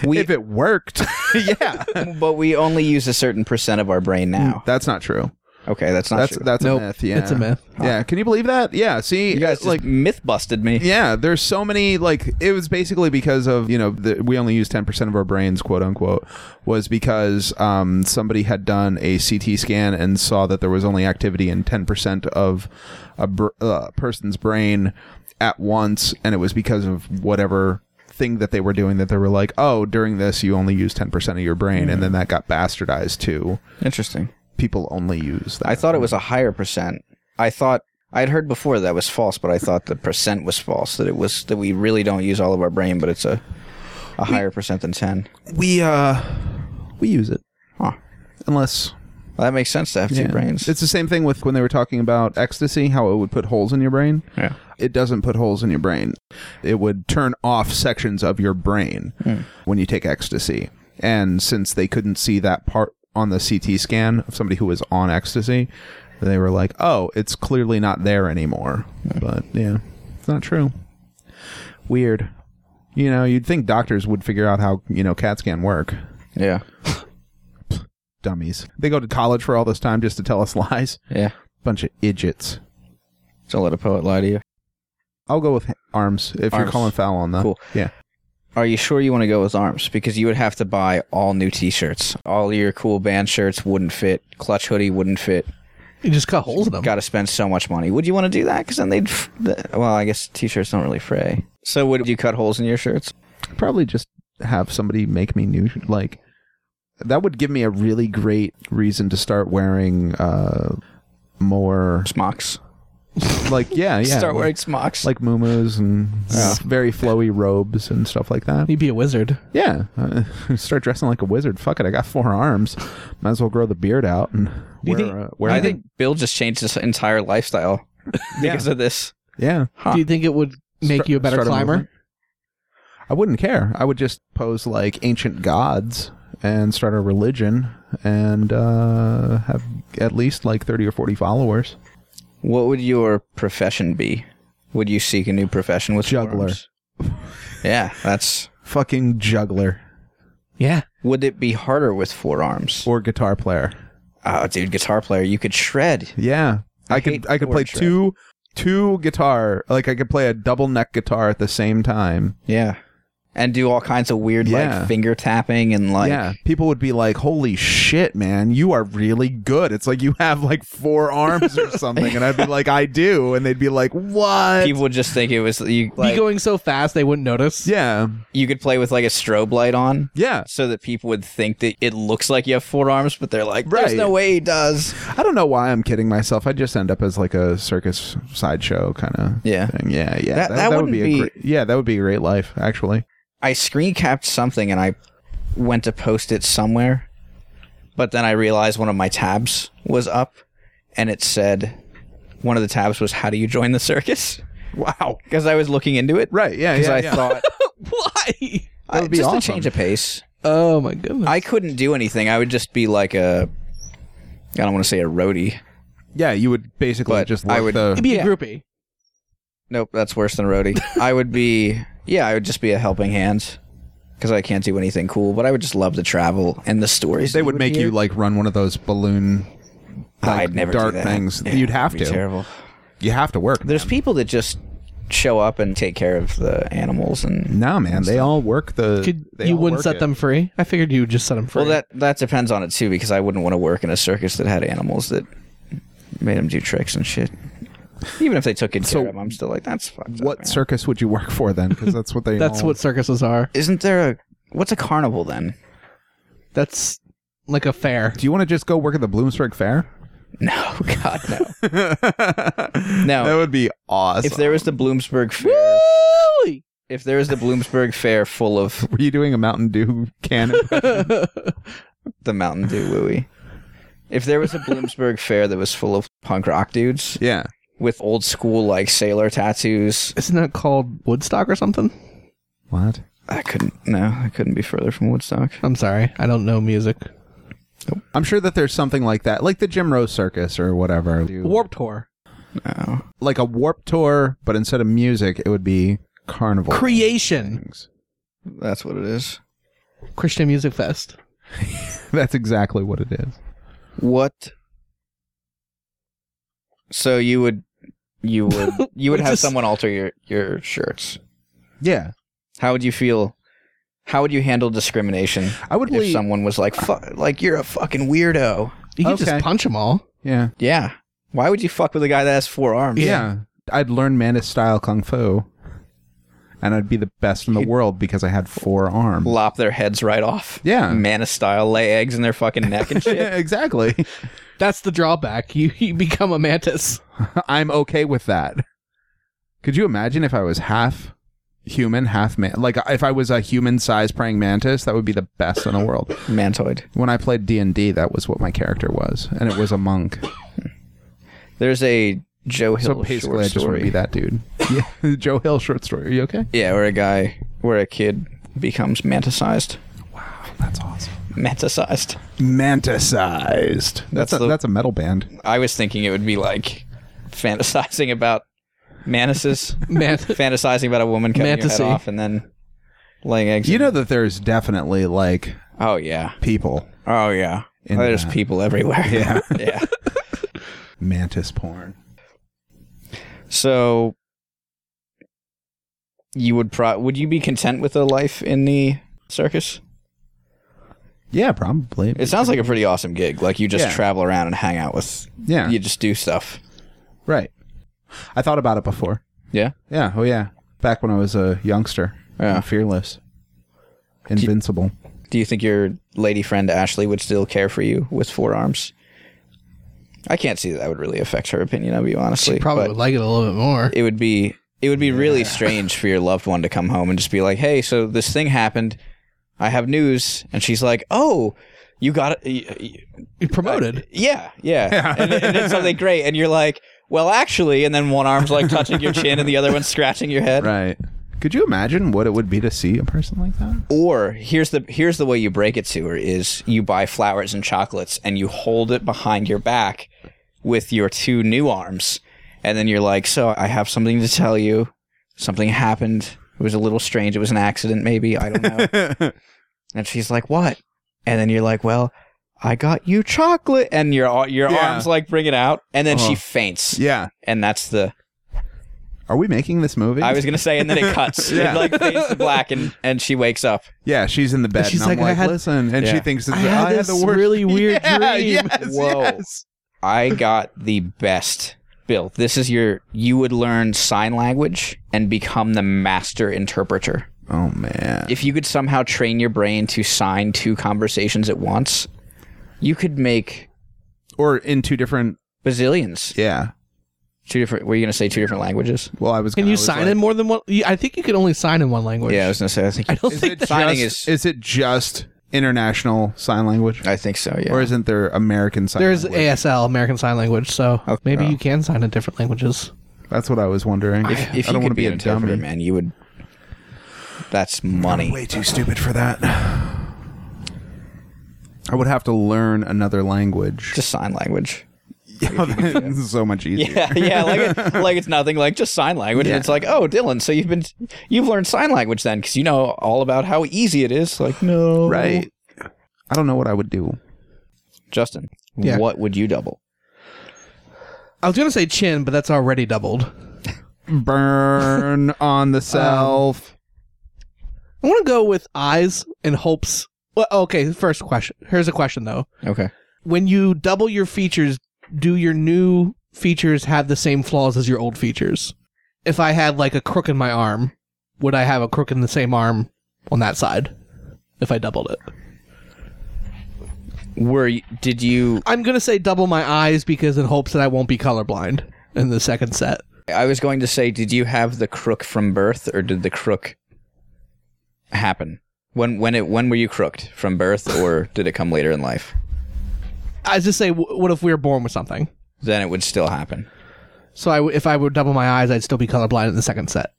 [SPEAKER 1] We,
[SPEAKER 2] if it worked. yeah,
[SPEAKER 1] but we only use a certain percent of our brain now.
[SPEAKER 2] that's not true.
[SPEAKER 1] Okay, that's not
[SPEAKER 2] Hmm. that's
[SPEAKER 1] true.
[SPEAKER 2] that's
[SPEAKER 3] Nope,
[SPEAKER 2] a myth. Yeah,
[SPEAKER 3] it's a myth.
[SPEAKER 2] Yeah, can you believe that? Yeah, see, uh,
[SPEAKER 1] you guys
[SPEAKER 2] like
[SPEAKER 1] like myth busted me.
[SPEAKER 2] Yeah, there's so many like it was basically because of you know the, we only use ten percent of our brains, quote unquote, was because um, somebody had done a CT scan and saw that there was only activity in ten percent of a br- uh, person's brain at once, and it was because of whatever thing that they were doing that they were like, oh, during this you only use ten percent of your brain, and then that got bastardized to
[SPEAKER 1] Interesting.
[SPEAKER 2] people only use that.
[SPEAKER 1] I thought it was a higher percent. I thought I'd heard before that was false, but I thought the percent was false. That it was that we really don't use all of our brain, but it's a a higher percent than ten.
[SPEAKER 2] we uh we use it
[SPEAKER 1] Huh.
[SPEAKER 2] unless
[SPEAKER 1] Well, that makes sense to have two
[SPEAKER 2] Yeah.
[SPEAKER 1] brains.
[SPEAKER 2] It's the same thing with when they were talking about ecstasy, how it would put holes in your brain.
[SPEAKER 1] yeah.
[SPEAKER 2] It doesn't put holes in your brain. It would turn off sections of your brain when you take ecstasy. And since they couldn't see that part on the CT scan of somebody who was on ecstasy, they were like, "Oh, it's clearly not there anymore." But yeah, it's not true. Weird. You know, you'd think doctors would figure out how you know CAT scan work.
[SPEAKER 1] Yeah.
[SPEAKER 2] Dummies. They go to college for all this time just to tell us lies.
[SPEAKER 1] Yeah.
[SPEAKER 2] Bunch of idiots.
[SPEAKER 1] Don't let a poet lie to you.
[SPEAKER 2] I'll go with h- arms if you're
[SPEAKER 1] Arms.
[SPEAKER 2] calling foul on that.
[SPEAKER 1] Cool.
[SPEAKER 2] Yeah.
[SPEAKER 1] Are you sure you want to go with arms? Because you would have to buy all new T-shirts. All your cool band shirts wouldn't fit. Clutch hoodie wouldn't fit.
[SPEAKER 3] You just cut holes in them.
[SPEAKER 1] Got to spend so much money. Would you want to do that? Because then they'd. F- the, well, I guess T-shirts don't really fray. So would you cut holes in your shirts?
[SPEAKER 2] probably just have somebody make me new like that would give me a really great reason to start wearing uh more
[SPEAKER 1] Smocks.
[SPEAKER 2] like yeah yeah
[SPEAKER 1] Start
[SPEAKER 2] like,
[SPEAKER 1] wearing smocks.
[SPEAKER 2] like muumuus and s- very flowy robes and stuff like that
[SPEAKER 3] You'd be a wizard.
[SPEAKER 2] yeah uh, start dressing like a wizard fuck it i got four arms might as well grow the beard out and
[SPEAKER 3] you
[SPEAKER 2] wear,
[SPEAKER 3] think-
[SPEAKER 2] uh, wear
[SPEAKER 1] I
[SPEAKER 2] a-
[SPEAKER 1] think Bill just changed his entire lifestyle because of this.
[SPEAKER 2] yeah
[SPEAKER 1] Huh.
[SPEAKER 3] Do you think it would make
[SPEAKER 2] Start-
[SPEAKER 3] you a better
[SPEAKER 2] start
[SPEAKER 3] climber?
[SPEAKER 2] movement. I wouldn't care. I would just pose like ancient gods and start a religion and uh, have at least like 30 or 40 followers.
[SPEAKER 1] What would your profession be? Would you seek a new profession with
[SPEAKER 2] Juggler.
[SPEAKER 1] forearms? yeah, that's.
[SPEAKER 2] Fucking juggler
[SPEAKER 3] yeah.
[SPEAKER 1] Would it be harder with forearms?
[SPEAKER 2] or guitar player.
[SPEAKER 1] Oh, dude, guitar player, you could shred.
[SPEAKER 2] Yeah. I,
[SPEAKER 1] I hate
[SPEAKER 2] could I could
[SPEAKER 1] chord
[SPEAKER 2] play
[SPEAKER 1] shred.
[SPEAKER 2] two two guitar like I could play a double neck guitar at the same time.
[SPEAKER 1] Yeah. And do all kinds of weird
[SPEAKER 2] Yeah.
[SPEAKER 1] like finger tapping and like
[SPEAKER 2] yeah. People would be like, "Holy shit, man, you are really good." It's like you have like four arms or something and I'd be like, "I do." And they'd be like, "What?"
[SPEAKER 1] people would just think it was you
[SPEAKER 3] be
[SPEAKER 1] like,
[SPEAKER 3] going so fast they wouldn't notice.
[SPEAKER 2] yeah.
[SPEAKER 1] you could play with like a strobe light on
[SPEAKER 2] Yeah.
[SPEAKER 1] so that people would think that it looks like you have forearms, but they're like, There's
[SPEAKER 2] Right.
[SPEAKER 1] no way he does.
[SPEAKER 2] I don't know why I'm kidding myself. I just end up as like a circus sideshow kind of
[SPEAKER 1] Yeah.
[SPEAKER 2] thing. Yeah, yeah.
[SPEAKER 1] That- that
[SPEAKER 2] would be,
[SPEAKER 1] wouldn't
[SPEAKER 2] a
[SPEAKER 1] be-
[SPEAKER 2] great, yeah, that would be a great life actually.
[SPEAKER 1] I screen capped something and I went to post it somewhere, but then I realized one of my tabs was up and it said one of the tabs was how do you join the circus?
[SPEAKER 2] Wow.
[SPEAKER 1] Because I was looking into it.
[SPEAKER 2] Right. Yeah.
[SPEAKER 1] Because
[SPEAKER 2] Yeah.
[SPEAKER 1] I
[SPEAKER 2] yeah.
[SPEAKER 1] thought
[SPEAKER 3] Why?
[SPEAKER 1] I,
[SPEAKER 2] would be
[SPEAKER 1] just a
[SPEAKER 2] awesome.
[SPEAKER 1] change of pace.
[SPEAKER 3] Oh my goodness.
[SPEAKER 1] I couldn't do anything. I would just be like a. I don't want to say a roadie.
[SPEAKER 2] yeah. You would basically
[SPEAKER 1] But
[SPEAKER 2] just.
[SPEAKER 1] I
[SPEAKER 2] look
[SPEAKER 1] would-
[SPEAKER 3] You'd
[SPEAKER 2] The,
[SPEAKER 3] be a groupie.
[SPEAKER 1] Nope, that's worse than a roadie. I would be. Yeah, I would just be a helping hand because I can't do anything cool. But I would just love to travel and the stories.
[SPEAKER 2] they
[SPEAKER 1] you
[SPEAKER 2] would make
[SPEAKER 1] hear.
[SPEAKER 2] you like run one of those balloon. Like,
[SPEAKER 1] I'd never do
[SPEAKER 2] dart
[SPEAKER 1] that.
[SPEAKER 2] things.
[SPEAKER 1] Yeah,
[SPEAKER 2] You'd have
[SPEAKER 1] it'd be
[SPEAKER 2] to.
[SPEAKER 1] Terrible.
[SPEAKER 2] You have to work.
[SPEAKER 1] There's people that just show up and take care of the animals and.
[SPEAKER 2] no man. They all work the.
[SPEAKER 3] Could
[SPEAKER 2] they
[SPEAKER 3] you
[SPEAKER 2] all
[SPEAKER 3] wouldn't
[SPEAKER 2] work
[SPEAKER 3] set
[SPEAKER 2] it.
[SPEAKER 3] them free? I figured you would just set them free.
[SPEAKER 1] Well, that that depends on it too, because I wouldn't want to work in a circus that had animals that made them do tricks and shit. Even if they took good
[SPEAKER 2] So
[SPEAKER 1] care of 'em, I'm still like, that's fucked up.
[SPEAKER 2] What
[SPEAKER 1] man.
[SPEAKER 2] circus would you work for then? Because that's what they.
[SPEAKER 3] That's
[SPEAKER 2] all-
[SPEAKER 3] what circuses are.
[SPEAKER 1] Isn't there a what's a carnival then?
[SPEAKER 3] That's like a fair.
[SPEAKER 2] Do you want to just go work at the Bloomsburg Fair?
[SPEAKER 1] No, God, no. no.
[SPEAKER 2] That would be awesome.
[SPEAKER 1] if there was the Bloomsburg Fair,
[SPEAKER 3] Really?
[SPEAKER 1] if there was the Bloomsburg Fair full of
[SPEAKER 2] Were you doing a Mountain Dew can? impression?
[SPEAKER 1] the Mountain Dew wooey, if there was a Bloomsburg Fair that was full of punk rock dudes
[SPEAKER 2] yeah.
[SPEAKER 1] with old school like sailor tattoos,
[SPEAKER 3] Isn't that called Woodstock or something?
[SPEAKER 2] What?
[SPEAKER 1] I couldn't. No, I couldn't be further from Woodstock.
[SPEAKER 3] I'm sorry. I don't know music.
[SPEAKER 2] I'm sure that there's something like that, like the Jim Rose Circus or whatever.
[SPEAKER 3] Warp Tour.
[SPEAKER 1] No,
[SPEAKER 2] like a warp tour, but instead of music, it would be carnival.
[SPEAKER 3] Creation.
[SPEAKER 2] things.
[SPEAKER 1] that's what it is.
[SPEAKER 3] Christian Music Fest.
[SPEAKER 2] That's exactly what it is.
[SPEAKER 1] What? So you would, you would, you would
[SPEAKER 3] We're
[SPEAKER 1] have
[SPEAKER 3] just-
[SPEAKER 1] someone alter your your shirts.
[SPEAKER 2] Yeah.
[SPEAKER 1] How would you feel? How would you handle discrimination
[SPEAKER 2] I would
[SPEAKER 1] if
[SPEAKER 2] leave.
[SPEAKER 1] someone was like, "Fuck, like you're a fucking weirdo"?
[SPEAKER 3] You can
[SPEAKER 2] Okay.
[SPEAKER 3] just punch them all.
[SPEAKER 2] yeah.
[SPEAKER 1] Yeah. Why would you fuck with a guy that has four arms?
[SPEAKER 2] yeah. I'd learn Mantis style kung fu, and I'd be the best in the world because I had four arms.
[SPEAKER 1] Lop their heads right off.
[SPEAKER 2] Yeah.
[SPEAKER 1] Mana style, lay eggs in their fucking neck and shit.
[SPEAKER 2] Yeah, exactly.
[SPEAKER 3] That's the drawback. You, you become a mantis.
[SPEAKER 2] I'm okay with that. Could you imagine if I was half human, half man? Like if I was a human-sized praying mantis, that would be the best in the world.
[SPEAKER 1] Mantoid.
[SPEAKER 2] When I played D and D, that was what my character was, and it was a monk.
[SPEAKER 1] There's a Joe
[SPEAKER 2] So
[SPEAKER 1] Hill
[SPEAKER 2] basically,
[SPEAKER 1] short
[SPEAKER 2] I just want
[SPEAKER 1] story.
[SPEAKER 2] to be that dude. Yeah, Joe Hill short story. Are you okay?
[SPEAKER 1] Yeah, where a guy, where a kid becomes manticized. Wow.
[SPEAKER 2] That's awesome.
[SPEAKER 1] Metasized.
[SPEAKER 2] Manticized. That's,
[SPEAKER 1] That's
[SPEAKER 2] a
[SPEAKER 1] the-
[SPEAKER 2] that's a metal band.
[SPEAKER 1] I was thinking it would be like fantasizing about manises,
[SPEAKER 3] Man,
[SPEAKER 1] fantasizing about a woman cutting your
[SPEAKER 3] Mantasy.
[SPEAKER 1] head off and then laying eggs.
[SPEAKER 2] You
[SPEAKER 1] in-
[SPEAKER 2] know that there's definitely like
[SPEAKER 1] oh yeah,
[SPEAKER 2] people
[SPEAKER 1] oh yeah.
[SPEAKER 2] In
[SPEAKER 1] There's
[SPEAKER 2] that.
[SPEAKER 1] people everywhere.
[SPEAKER 2] Yeah.
[SPEAKER 1] yeah.
[SPEAKER 2] mantis porn.
[SPEAKER 1] So you would pro would you be content with a life in the circus?
[SPEAKER 2] Yeah, probably.
[SPEAKER 1] It sounds like a pretty awesome gig. Like you just
[SPEAKER 2] Yeah.
[SPEAKER 1] travel around and hang out with
[SPEAKER 2] yeah,
[SPEAKER 1] you just do stuff.
[SPEAKER 2] right. I thought about it before.
[SPEAKER 1] Yeah.
[SPEAKER 2] Yeah, oh yeah. Back when I was a youngster.
[SPEAKER 1] Yeah.
[SPEAKER 2] Fearless. Invincible.
[SPEAKER 1] Do you think your lady friend Ashley would still care for you with four arms? I can't see that, that would really affect her opinion of you, honestly.
[SPEAKER 3] she probably
[SPEAKER 1] but
[SPEAKER 3] would like it a little bit more.
[SPEAKER 1] It would be it would be really strange for your loved one to come home and just be like, "Hey, so this thing happened. I have news," and she's like, "Oh, you got it.
[SPEAKER 3] You promoted.
[SPEAKER 1] Yeah, yeah. And, and it's something great, and you're like, "Well, actually," and then one arm's like touching your chin, and the other one's scratching your head.
[SPEAKER 2] Right. Could you imagine what it would be to see a person like that?
[SPEAKER 1] Or here's the here's the way you break it to her is you buy flowers and chocolates and you hold it behind your back with your two new arms, and then you're like, "So I have something to tell you. Something happened. It was a little strange. It was an accident, maybe. I don't know." and she's like, "What?" And then you're like, "Well." I got you chocolate, and your ar- your
[SPEAKER 2] Yeah.
[SPEAKER 1] arms like bring it out, and then she
[SPEAKER 2] Uh-huh.
[SPEAKER 1] faints,
[SPEAKER 2] Yeah.
[SPEAKER 1] and that's the
[SPEAKER 2] Are we making this movie?
[SPEAKER 1] I was gonna say, and then it cuts.
[SPEAKER 2] Yeah.
[SPEAKER 1] It like fades to black, and and she wakes up.
[SPEAKER 2] Yeah, she's in the bed.
[SPEAKER 3] She's
[SPEAKER 2] and I'm
[SPEAKER 3] like, I
[SPEAKER 2] like,
[SPEAKER 3] had-
[SPEAKER 2] listen, and she
[SPEAKER 1] Yeah.
[SPEAKER 2] thinks it's
[SPEAKER 3] I had
[SPEAKER 2] the
[SPEAKER 3] this
[SPEAKER 2] worst.
[SPEAKER 3] really weird
[SPEAKER 2] yeah,
[SPEAKER 3] dream.
[SPEAKER 2] Yes,
[SPEAKER 1] Whoa.
[SPEAKER 2] yes.
[SPEAKER 1] I got the best build. This is your. You would learn sign language and become the master interpreter.
[SPEAKER 2] Oh man.
[SPEAKER 1] If you could somehow train your brain to sign two conversations at once, you could make
[SPEAKER 2] or in two different.
[SPEAKER 1] bazillions.
[SPEAKER 2] Yeah.
[SPEAKER 1] Two different. Were you gonna say two different languages?
[SPEAKER 2] Well, I was.
[SPEAKER 3] Can
[SPEAKER 2] gonna- I
[SPEAKER 3] you
[SPEAKER 2] was
[SPEAKER 3] sign
[SPEAKER 2] like,
[SPEAKER 3] in more than one? you- I think you can only sign in one language.
[SPEAKER 1] Yeah, I was gonna say. I think.
[SPEAKER 3] I don't
[SPEAKER 2] Is
[SPEAKER 3] think
[SPEAKER 2] it
[SPEAKER 3] that-
[SPEAKER 1] signing
[SPEAKER 2] just,
[SPEAKER 1] is-
[SPEAKER 2] is it just international sign language,
[SPEAKER 1] I think so. Yeah.
[SPEAKER 2] or isn't there American sign?
[SPEAKER 3] there's
[SPEAKER 2] language?
[SPEAKER 3] ASL, American Sign Language, so
[SPEAKER 2] Oh,
[SPEAKER 3] maybe you can sign in different languages.
[SPEAKER 2] That's what I was wondering.
[SPEAKER 1] if if
[SPEAKER 2] I
[SPEAKER 1] you
[SPEAKER 2] don't want
[SPEAKER 1] could
[SPEAKER 2] to
[SPEAKER 1] be
[SPEAKER 2] be
[SPEAKER 1] an
[SPEAKER 2] a dummy.
[SPEAKER 1] interpreter, man, you would. That's money.
[SPEAKER 2] Way too stupid for that. I would have to learn another language.
[SPEAKER 1] Just sign language.
[SPEAKER 2] Yeah, this is so much easier.
[SPEAKER 1] Yeah, yeah, like it, like it's nothing. Like just sign language.
[SPEAKER 2] Yeah.
[SPEAKER 1] And it's like, oh, Dylan, so you've been you've learned sign language then because you know all about how easy it is. Like, no,
[SPEAKER 2] Right. I don't know what I would do.
[SPEAKER 1] Justin?
[SPEAKER 3] Yeah.
[SPEAKER 1] What would you double?
[SPEAKER 3] I was gonna say chin, but that's already doubled.
[SPEAKER 2] Burn on the self.
[SPEAKER 3] I want to go with eyes and hopes. Well, okay, first question. Here's a question though.
[SPEAKER 1] Okay.
[SPEAKER 3] When you double your features, do your new features have the same flaws as your old features? If I had like a crook in my arm, would I have a crook in the same arm on that side? If I doubled it,
[SPEAKER 1] Were you, did you?
[SPEAKER 3] I'm gonna say double my eyes because in hopes that I won't be colorblind in the second set.
[SPEAKER 1] I was going to say, did you have the crook from birth, or did the crook happen? When when it when were you crooked from birth, or did it come later in life?
[SPEAKER 3] I just say, wh- what if we were born with something?
[SPEAKER 1] Then it would still happen.
[SPEAKER 3] So I w if I would double my eyes, I'd still be colorblind in the second set.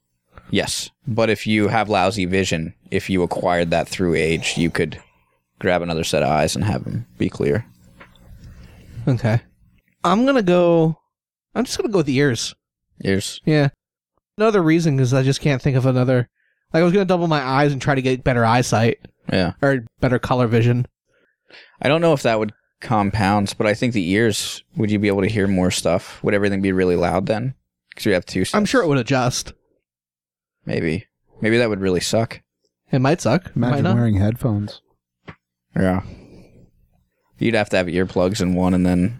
[SPEAKER 1] Yes, but if you have lousy vision, if you acquired that through age, you could grab another set of eyes and have them be clear.
[SPEAKER 3] Okay. I'm gonna go. I'm just gonna go with the ears.
[SPEAKER 1] Ears.
[SPEAKER 3] Yeah. Another reason is I just can't think of another. Like I was gonna double my eyes and try to get better eyesight
[SPEAKER 1] Yeah.
[SPEAKER 3] or better color vision.
[SPEAKER 1] I don't know if that would compound, but I think the ears. Would you be able to hear more stuff? Would everything be really loud then? Because you have two. Sets.
[SPEAKER 3] I'm sure it would adjust.
[SPEAKER 1] Maybe. Maybe that would really suck.
[SPEAKER 3] It might suck. might
[SPEAKER 2] Imagine
[SPEAKER 3] not.
[SPEAKER 2] wearing headphones.
[SPEAKER 1] Yeah. You'd have to have earplugs in one, and then.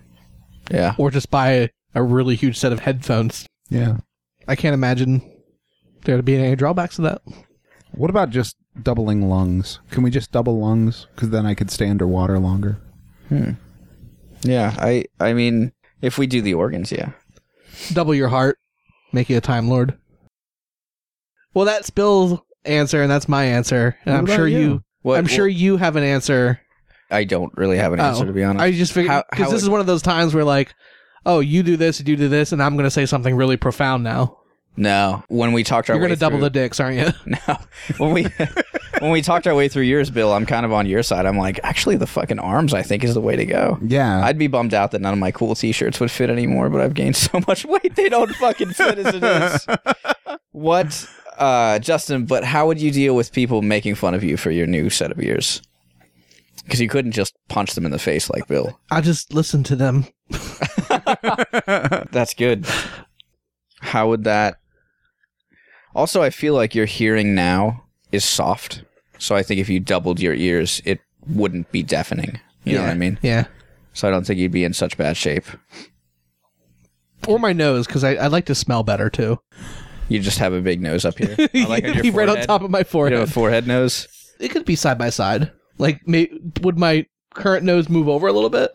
[SPEAKER 1] Yeah.
[SPEAKER 3] Or just buy a, a really huge set of headphones.
[SPEAKER 2] Yeah.
[SPEAKER 3] I can't imagine there'd be any drawbacks to that.
[SPEAKER 2] What about just doubling lungs? Can we just double lungs? Because then I could stay underwater longer.
[SPEAKER 1] Yeah. I. I mean, if we do the organs, yeah.
[SPEAKER 3] Double your heart, make you a time lord. Well, that's Bill's answer, and that's my answer, and
[SPEAKER 2] What
[SPEAKER 3] I'm
[SPEAKER 2] about
[SPEAKER 3] sure
[SPEAKER 2] you?
[SPEAKER 3] you.
[SPEAKER 1] What,
[SPEAKER 3] I'm sure you have an answer.
[SPEAKER 1] I don't really have an answer
[SPEAKER 3] Oh,
[SPEAKER 1] to be honest.
[SPEAKER 3] I just figured
[SPEAKER 1] How-
[SPEAKER 3] because
[SPEAKER 1] how
[SPEAKER 3] this
[SPEAKER 1] it-
[SPEAKER 3] is one of those times where like, oh, you do this, you do this, and I'm gonna say something really profound now.
[SPEAKER 1] no. When we talked our
[SPEAKER 3] You're
[SPEAKER 1] way
[SPEAKER 3] gonna double
[SPEAKER 1] through-
[SPEAKER 3] the dicks, aren't you?
[SPEAKER 1] No. When we when we talked our way through yours, Bill, I'm kind of on your side. I'm like, actually, the fucking arms I think is the way to go.
[SPEAKER 2] Yeah.
[SPEAKER 1] I'd be bummed out that none of my cool T-shirts would fit anymore, but I've gained so much weight they don't fucking fit as it is. What, uh, Justin? But how would you deal with people making fun of you for your new set of ears? Because you couldn't just punch them in the face like Bill.
[SPEAKER 3] I just listen to them.
[SPEAKER 1] That's good. How would that? Also, I feel like your hearing now is soft, so I think if you doubled your ears, it wouldn't be deafening. You know what I mean?
[SPEAKER 3] Yeah.
[SPEAKER 1] So I don't think you'd be in such bad shape.
[SPEAKER 3] Or my nose, because I, I like to smell better too.
[SPEAKER 1] You just have a big nose up here. I like on your
[SPEAKER 3] right on
[SPEAKER 1] forehead.
[SPEAKER 3] top of my
[SPEAKER 1] You have
[SPEAKER 3] forehead.
[SPEAKER 1] a forehead nose.
[SPEAKER 3] it could be side by side. Like, may, would my current nose move over a little bit?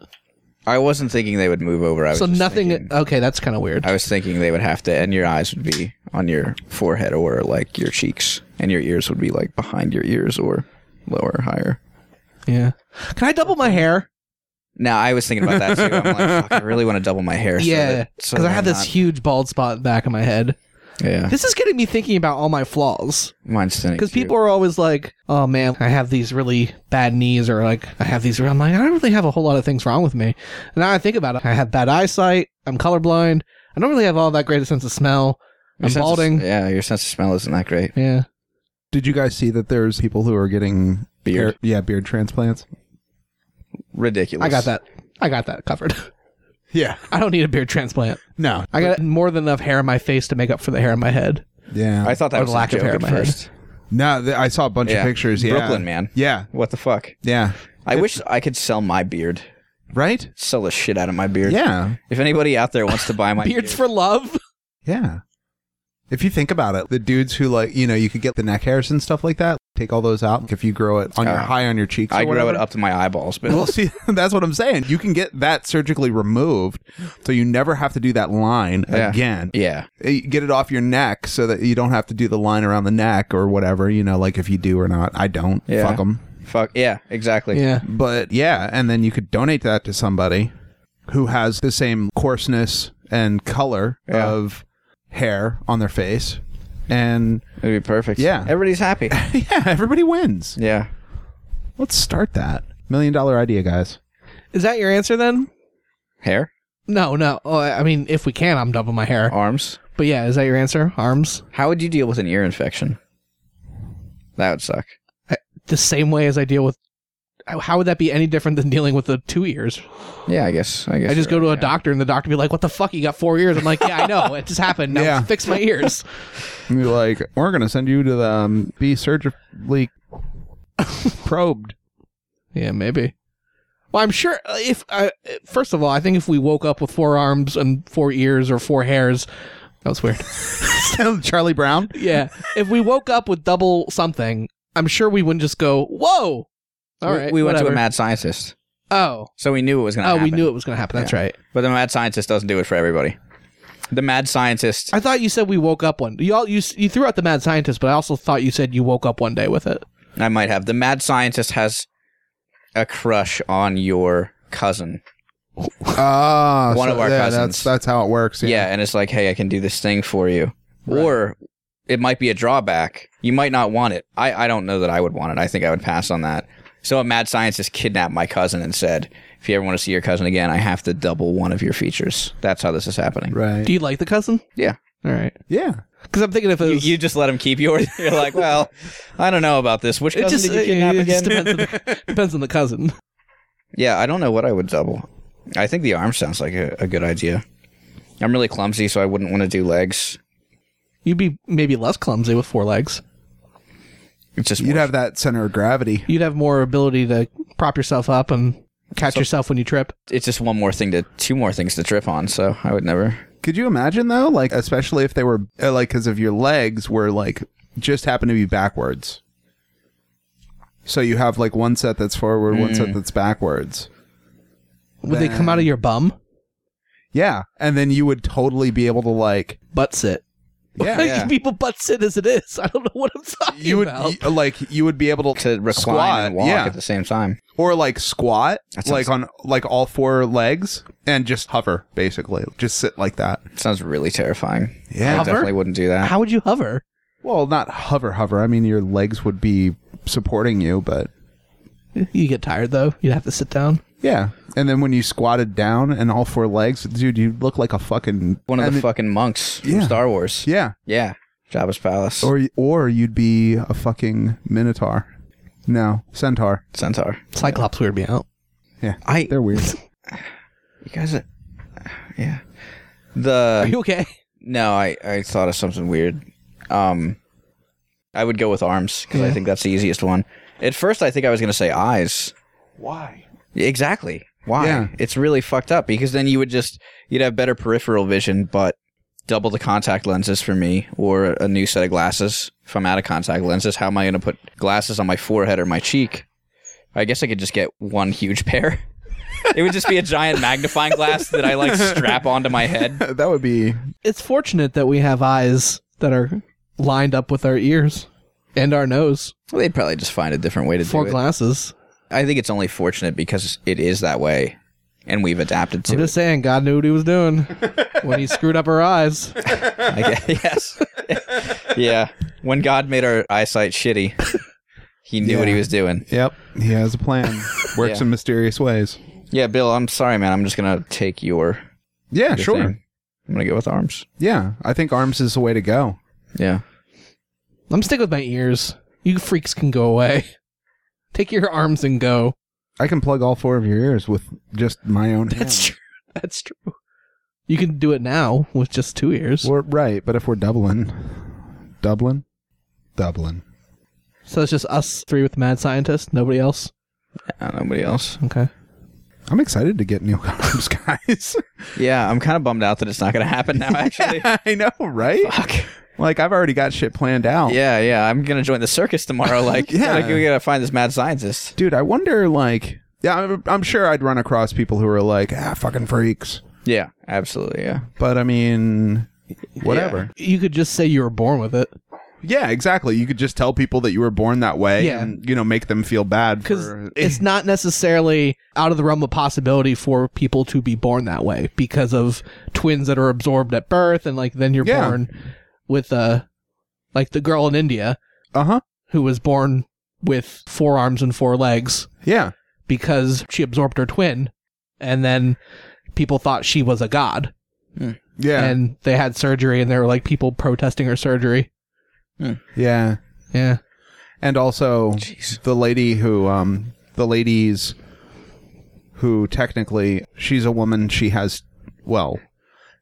[SPEAKER 1] I wasn't thinking they would move over. I was
[SPEAKER 3] So
[SPEAKER 1] just
[SPEAKER 3] nothing.
[SPEAKER 1] Thinking,
[SPEAKER 3] Okay, that's kind of weird.
[SPEAKER 1] I was thinking they would have to, and your eyes would be on your forehead or like your cheeks, and your ears would be like behind your ears or lower, higher.
[SPEAKER 3] yeah. Can I double my hair?
[SPEAKER 1] Now I was thinking about that too. I'm like, fuck, I really want to double my hair. so
[SPEAKER 3] yeah.
[SPEAKER 1] that-
[SPEAKER 3] Because
[SPEAKER 1] so
[SPEAKER 3] I
[SPEAKER 1] that
[SPEAKER 3] have
[SPEAKER 1] I'm
[SPEAKER 3] this huge bald spot in the back of my head.
[SPEAKER 1] not- yeah,
[SPEAKER 3] This is getting me thinking about all my flaws.
[SPEAKER 1] mine's thinning
[SPEAKER 3] Because
[SPEAKER 1] too.
[SPEAKER 3] people are always like, "Oh man, I have these really bad knees," or like, "I have these." I'm like, I don't really have a whole lot of things wrong with me. And now I think about it, I have bad eyesight. I'm colorblind. I don't really have all that great a sense of smell.
[SPEAKER 1] Your
[SPEAKER 3] I'm
[SPEAKER 1] sense of-
[SPEAKER 3] balding.
[SPEAKER 1] yeah, your sense of smell isn't that great.
[SPEAKER 3] yeah.
[SPEAKER 2] Did you guys see that there's people who are getting
[SPEAKER 1] Beard.
[SPEAKER 2] Yeah, beard transplants.
[SPEAKER 1] Ridiculous.
[SPEAKER 3] I got that. I got that covered.
[SPEAKER 2] Yeah.
[SPEAKER 3] I don't need a beard transplant.
[SPEAKER 2] No.
[SPEAKER 3] I got more than enough hair on my face to make up for the hair on my head.
[SPEAKER 2] Yeah.
[SPEAKER 1] I thought that
[SPEAKER 3] Or
[SPEAKER 1] was
[SPEAKER 3] lack
[SPEAKER 1] a joke
[SPEAKER 3] of hair in
[SPEAKER 1] at
[SPEAKER 3] my head.
[SPEAKER 1] first.
[SPEAKER 2] no, th- I saw a bunch
[SPEAKER 1] Yeah.
[SPEAKER 2] of pictures. Yeah.
[SPEAKER 1] Brooklyn, man.
[SPEAKER 2] Yeah.
[SPEAKER 1] What the fuck?
[SPEAKER 2] Yeah.
[SPEAKER 1] I wish I could sell my beard.
[SPEAKER 2] Right?
[SPEAKER 1] Sell the shit out of my beard.
[SPEAKER 2] Yeah.
[SPEAKER 1] If anybody out there wants to buy my beard,
[SPEAKER 3] Beards for love.
[SPEAKER 2] Yeah. If you think about it, the dudes who like, you know, you could get the neck hairs and stuff like that. Take all those out if you grow it on your
[SPEAKER 1] Uh,
[SPEAKER 2] high on your cheeks. or
[SPEAKER 1] I grow it
[SPEAKER 2] whatever.
[SPEAKER 1] up to my eyeballs, but
[SPEAKER 2] Well, see, that's what I'm saying. You can get that surgically removed, so you never have to do that line
[SPEAKER 1] Yeah.
[SPEAKER 2] again.
[SPEAKER 1] yeah,
[SPEAKER 2] You Get it off your neck so that you don't have to do the line around the neck or whatever. You know, like if you do or not. I don't. Fuck 'em.
[SPEAKER 1] Yeah.
[SPEAKER 2] Fuck them.
[SPEAKER 1] fuck yeah, exactly.
[SPEAKER 3] Yeah.
[SPEAKER 2] But yeah, and then you could donate that to somebody who has the same coarseness and color
[SPEAKER 1] Yeah.
[SPEAKER 2] of hair on their face. And
[SPEAKER 1] It'd be perfect.
[SPEAKER 2] Yeah.
[SPEAKER 1] everybody's happy.
[SPEAKER 2] yeah, everybody wins.
[SPEAKER 1] yeah,
[SPEAKER 2] Let's start that. Million dollar idea, guys.
[SPEAKER 3] Is that your answer then?
[SPEAKER 1] hair,
[SPEAKER 3] No, no. Oh, I I mean, if we can, I'm doubling my hair.
[SPEAKER 1] arms.
[SPEAKER 3] But yeah, is that your answer? Arms?
[SPEAKER 1] How would you deal with an ear infection? That would suck.
[SPEAKER 3] The same way as I deal with. How would that be any different than dealing with the two ears?
[SPEAKER 1] Yeah, I guess. I guess.
[SPEAKER 3] I just
[SPEAKER 1] you're
[SPEAKER 3] go to a
[SPEAKER 1] right, yeah.
[SPEAKER 3] doctor and the doctor be like, "What the fuck? You got four ears?" I'm like, "Yeah, I know. It just happened. Now
[SPEAKER 2] Yeah.
[SPEAKER 3] fix my ears."
[SPEAKER 2] And you're like, we're going to send you to the, um, be surgically probed.
[SPEAKER 3] Yeah, maybe. Well, I'm sure uh, if I, uh, first of all, I think if we woke up with four arms and four ears or four hairs, that was weird.
[SPEAKER 2] Charlie Brown?
[SPEAKER 3] yeah, if we woke up with double something, I'm sure we wouldn't just go, "Whoa!" All
[SPEAKER 1] we,
[SPEAKER 3] right,
[SPEAKER 1] we went to a
[SPEAKER 3] whatever."
[SPEAKER 1] mad scientist,
[SPEAKER 3] Oh,
[SPEAKER 1] so we knew it was gonna.
[SPEAKER 3] oh,
[SPEAKER 1] happen.
[SPEAKER 3] we knew it was gonna happen. That's
[SPEAKER 1] Yeah.
[SPEAKER 3] right.
[SPEAKER 1] But the mad scientist doesn't do it for everybody. The mad scientist.
[SPEAKER 3] I thought you said we woke up one. You all you s- you threw out the mad scientist, but I also thought you said you woke up one day with it.
[SPEAKER 1] I might have. The mad scientist has a crush on your cousin.
[SPEAKER 2] Ah,
[SPEAKER 1] One of our
[SPEAKER 2] yeah,
[SPEAKER 1] cousins.
[SPEAKER 2] That's, that's how it works.
[SPEAKER 1] Yeah. and it's like, hey, I can do this thing for you. Or it might be a drawback. You might not want it. I, I don't know that I would want it. I think I would pass on that. So a mad scientist kidnapped my cousin and said, if you ever want to see your cousin again, I have to double one of your features. That's how this is happening.
[SPEAKER 2] Right.
[SPEAKER 3] Do you like the cousin?
[SPEAKER 1] Yeah.
[SPEAKER 3] All right,
[SPEAKER 2] yeah.
[SPEAKER 3] because I'm thinking if it
[SPEAKER 1] You,
[SPEAKER 3] was,
[SPEAKER 1] you just let him keep yours. You're like, well, I don't know about this. Which
[SPEAKER 3] it
[SPEAKER 1] cousin
[SPEAKER 3] just, uh,
[SPEAKER 1] did you kidnap
[SPEAKER 3] it
[SPEAKER 1] again?
[SPEAKER 3] just depends, on the, depends on the cousin.
[SPEAKER 1] Yeah, I don't know what I would double. I think the arm sounds like a, a good idea. I'm really clumsy, so I wouldn't want to do legs.
[SPEAKER 3] You'd be maybe less clumsy with four legs.
[SPEAKER 1] It's just
[SPEAKER 2] You'd
[SPEAKER 1] more-
[SPEAKER 2] have that center of gravity.
[SPEAKER 3] You'd have more ability to prop yourself up and catch yourself when you trip.
[SPEAKER 1] it's just one more thing to two more things to trip on. So I would never.
[SPEAKER 2] Could you imagine though, like especially if they were uh, like because if your legs were like just happen to be backwards, so you have like one set that's forward, one
[SPEAKER 1] Mm.
[SPEAKER 2] set that's backwards.
[SPEAKER 3] Would they come out of your bum?
[SPEAKER 2] Yeah, and then you would totally be able to like
[SPEAKER 3] Butt sit.
[SPEAKER 2] yeah,
[SPEAKER 1] Yeah.
[SPEAKER 3] People butt sit as it is. I don't know what I'm talking
[SPEAKER 2] you would
[SPEAKER 3] about.
[SPEAKER 2] y- like you would be able to,
[SPEAKER 1] To recline
[SPEAKER 2] squat,
[SPEAKER 1] and walk
[SPEAKER 2] yeah,
[SPEAKER 1] at the same time.
[SPEAKER 2] or like squat
[SPEAKER 1] That sounds-
[SPEAKER 2] like on like all four legs and just hover basically, just sit like that.
[SPEAKER 1] sounds really terrifying.
[SPEAKER 2] Yeah.
[SPEAKER 1] I
[SPEAKER 3] Hover?
[SPEAKER 1] definitely wouldn't do that.
[SPEAKER 3] How would you hover?
[SPEAKER 2] Well, not hover, hover. I mean, your legs would be supporting you, but
[SPEAKER 3] You get tired though. You'd have to sit down.
[SPEAKER 2] yeah. And then when you squatted down and all four legs, dude, you look like a fucking
[SPEAKER 1] One of
[SPEAKER 2] I
[SPEAKER 1] the
[SPEAKER 2] mean,
[SPEAKER 1] fucking monks from
[SPEAKER 2] Yeah.
[SPEAKER 1] Star Wars.
[SPEAKER 2] Yeah,
[SPEAKER 1] Yeah. Jabba's palace. Or
[SPEAKER 2] or or you'd be a fucking minotaur. No, centaur.
[SPEAKER 1] centaur.
[SPEAKER 3] Cyclops weird me out.
[SPEAKER 1] I.
[SPEAKER 2] They're weird.
[SPEAKER 1] You guys. Are, yeah. The.
[SPEAKER 3] Are you okay?
[SPEAKER 1] No, I, I thought of something weird. Um, I would go with arms because I think that's the easiest one. At first, I think I was going to say eyes. Why? Exactly. Why?
[SPEAKER 2] Yeah.
[SPEAKER 1] It's really fucked up because then you would just you'd have better peripheral vision, but double the contact lenses for me, or a new set of glasses if I'm out of contact lenses. How am I going to put glasses on my forehead or my cheek? I guess I could just get one huge pair. it would just be a giant magnifying glass that I like strap onto my head.
[SPEAKER 2] that would be
[SPEAKER 3] It's fortunate that we have eyes that are lined up with our ears and our nose
[SPEAKER 1] Well, they'd probably just find a different way to
[SPEAKER 3] for
[SPEAKER 1] do it.
[SPEAKER 3] glasses.
[SPEAKER 1] I think it's only fortunate because it is that way, and we've adapted
[SPEAKER 3] I'm
[SPEAKER 1] to it.
[SPEAKER 3] just saying, God knew what he was doing when he screwed up our eyes.
[SPEAKER 1] I guess. yes. yeah. When God made our eyesight shitty, He knew what He
[SPEAKER 2] Yeah.
[SPEAKER 1] was doing.
[SPEAKER 2] Yep. He has a plan. Works
[SPEAKER 1] Yeah.
[SPEAKER 2] in mysterious ways.
[SPEAKER 1] Yeah, Bill. I'm sorry, man. I'm just gonna take your,
[SPEAKER 2] Yeah,
[SPEAKER 1] your
[SPEAKER 2] sure.
[SPEAKER 1] thing. I'm gonna go with arms.
[SPEAKER 2] Yeah. I think arms is the way to go.
[SPEAKER 1] Yeah.
[SPEAKER 3] I'm sticking with my ears. You freaks can go away. Take your arms and go.
[SPEAKER 2] I can plug all four of your ears with just my own hand.
[SPEAKER 3] true. That's true. You can do it now with just two ears.
[SPEAKER 2] We're right, but if we're doubling Dublin? Dublin.
[SPEAKER 3] So it's just us three with the mad scientist, nobody else.
[SPEAKER 1] Uh, nobody else.
[SPEAKER 3] Okay.
[SPEAKER 2] I'm excited to get Neil Arms, guys.
[SPEAKER 1] Yeah, I'm kind of bummed out that it's not gonna happen now. Actually.
[SPEAKER 2] I know, right?
[SPEAKER 1] Fuck.
[SPEAKER 2] Like I've already got shit planned out.
[SPEAKER 1] Yeah, yeah. I'm gonna join the circus tomorrow. Like,
[SPEAKER 2] Yeah.
[SPEAKER 1] gotta, we gotta find this mad scientist.
[SPEAKER 2] Dude, I wonder like yeah, I'm, I'm sure I'd run across people who are like, ah, fucking freaks.
[SPEAKER 1] Yeah, absolutely. Yeah.
[SPEAKER 2] But I mean, whatever.
[SPEAKER 3] You could just say you were born with it.
[SPEAKER 2] Yeah, exactly. You could just tell people that you were born that way
[SPEAKER 3] Yeah.
[SPEAKER 2] and, you know, make them feel bad.
[SPEAKER 3] Because
[SPEAKER 2] for-
[SPEAKER 3] it's not necessarily out of the realm of possibility for people to be born that way because of twins that are absorbed at birth and like then you're
[SPEAKER 2] Yeah.
[SPEAKER 3] born with uh like the girl in India
[SPEAKER 2] Uh huh.
[SPEAKER 3] who was born with four arms and four legs
[SPEAKER 2] Yeah.
[SPEAKER 3] because she absorbed her twin and then people thought she was a god.
[SPEAKER 2] Yeah.
[SPEAKER 3] and they had surgery and there were like people protesting her surgery
[SPEAKER 2] yeah.
[SPEAKER 3] yeah
[SPEAKER 2] And also
[SPEAKER 1] Jeez.
[SPEAKER 2] the lady who um the ladies who technically she's a woman, she has well,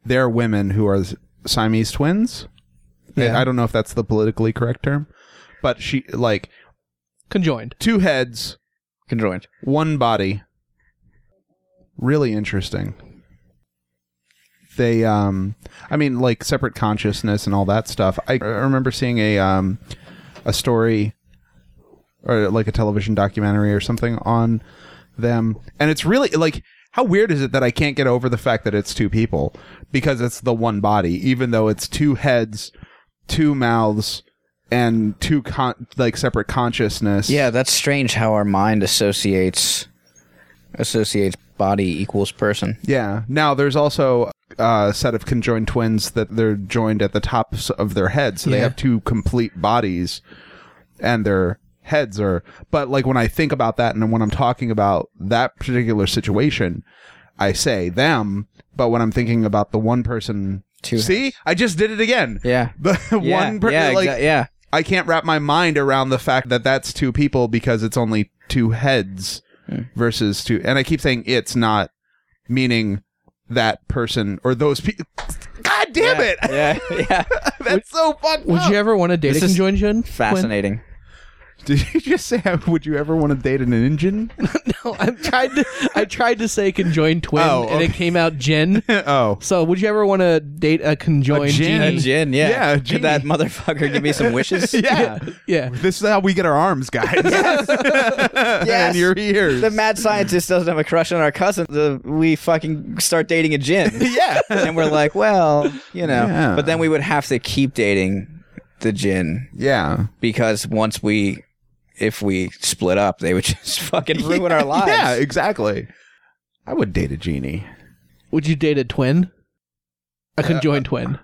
[SPEAKER 2] they're women who are Siamese twins.
[SPEAKER 3] Yeah.
[SPEAKER 2] I I don't know if that's the politically correct term. But she like
[SPEAKER 3] conjoined
[SPEAKER 2] two heads,
[SPEAKER 1] Conjoined.
[SPEAKER 2] one body. Really interesting. They, um, I mean, like separate consciousness and all that stuff. I, I remember seeing a, um, a story or like a television documentary or something on them. And it's really like, how weird is it that I can't get over the fact that it's two people because it's the one body, even though it's two heads, two mouths, and two con- like separate consciousness.
[SPEAKER 1] Yeah, that's strange how our mind associates associates body equals person.
[SPEAKER 2] Yeah. Now there's also a set of conjoined twins that they're joined at the tops of their heads, so they
[SPEAKER 3] Yeah.
[SPEAKER 2] have two complete bodies, and their heads are. But like when I think about that, and when I'm talking about that particular situation, I say them. But when I'm thinking about the one person,
[SPEAKER 1] Two
[SPEAKER 2] see, I just did it again.
[SPEAKER 1] Yeah.
[SPEAKER 2] The
[SPEAKER 1] Yeah,
[SPEAKER 2] one person,
[SPEAKER 1] yeah,
[SPEAKER 2] like
[SPEAKER 1] exa- yeah.
[SPEAKER 2] I can't wrap my mind around the fact that that's two people because it's only two heads versus two. And I keep saying it's not, meaning that person or those people. God damn it!
[SPEAKER 1] Yeah, yeah.
[SPEAKER 2] that's so fucked
[SPEAKER 3] would
[SPEAKER 2] up.
[SPEAKER 3] you ever want to date
[SPEAKER 1] Oh. This
[SPEAKER 3] a
[SPEAKER 1] is
[SPEAKER 3] conjoined twin?
[SPEAKER 1] Fascinating.
[SPEAKER 2] Did you just say would you ever want to date an engine?
[SPEAKER 3] no, Oh, I tried to I tried to say conjoined twin
[SPEAKER 2] Oh,
[SPEAKER 3] and it came out gin.
[SPEAKER 2] oh,
[SPEAKER 3] So would you ever want to date a conjoined
[SPEAKER 2] gin.
[SPEAKER 1] A
[SPEAKER 3] genie?
[SPEAKER 1] gin, yeah.
[SPEAKER 2] Yeah, a genie.
[SPEAKER 1] Could that motherfucker give me some wishes?
[SPEAKER 2] yeah.
[SPEAKER 3] Yeah.
[SPEAKER 2] This is how we get our arms, guys. And your ears.
[SPEAKER 1] The mad scientist doesn't have a crush on our cousin. The, we fucking start dating a gin.
[SPEAKER 2] yeah.
[SPEAKER 1] and we're like, well, you know.
[SPEAKER 2] Yeah.
[SPEAKER 1] But then we would have to keep dating the gin
[SPEAKER 2] Yeah.
[SPEAKER 1] because once we, if we split up, they would just fucking ruin our lives.
[SPEAKER 2] Yeah, exactly. I would date a genie.
[SPEAKER 3] Would you date a twin? A
[SPEAKER 1] Uh,
[SPEAKER 3] conjoined twin.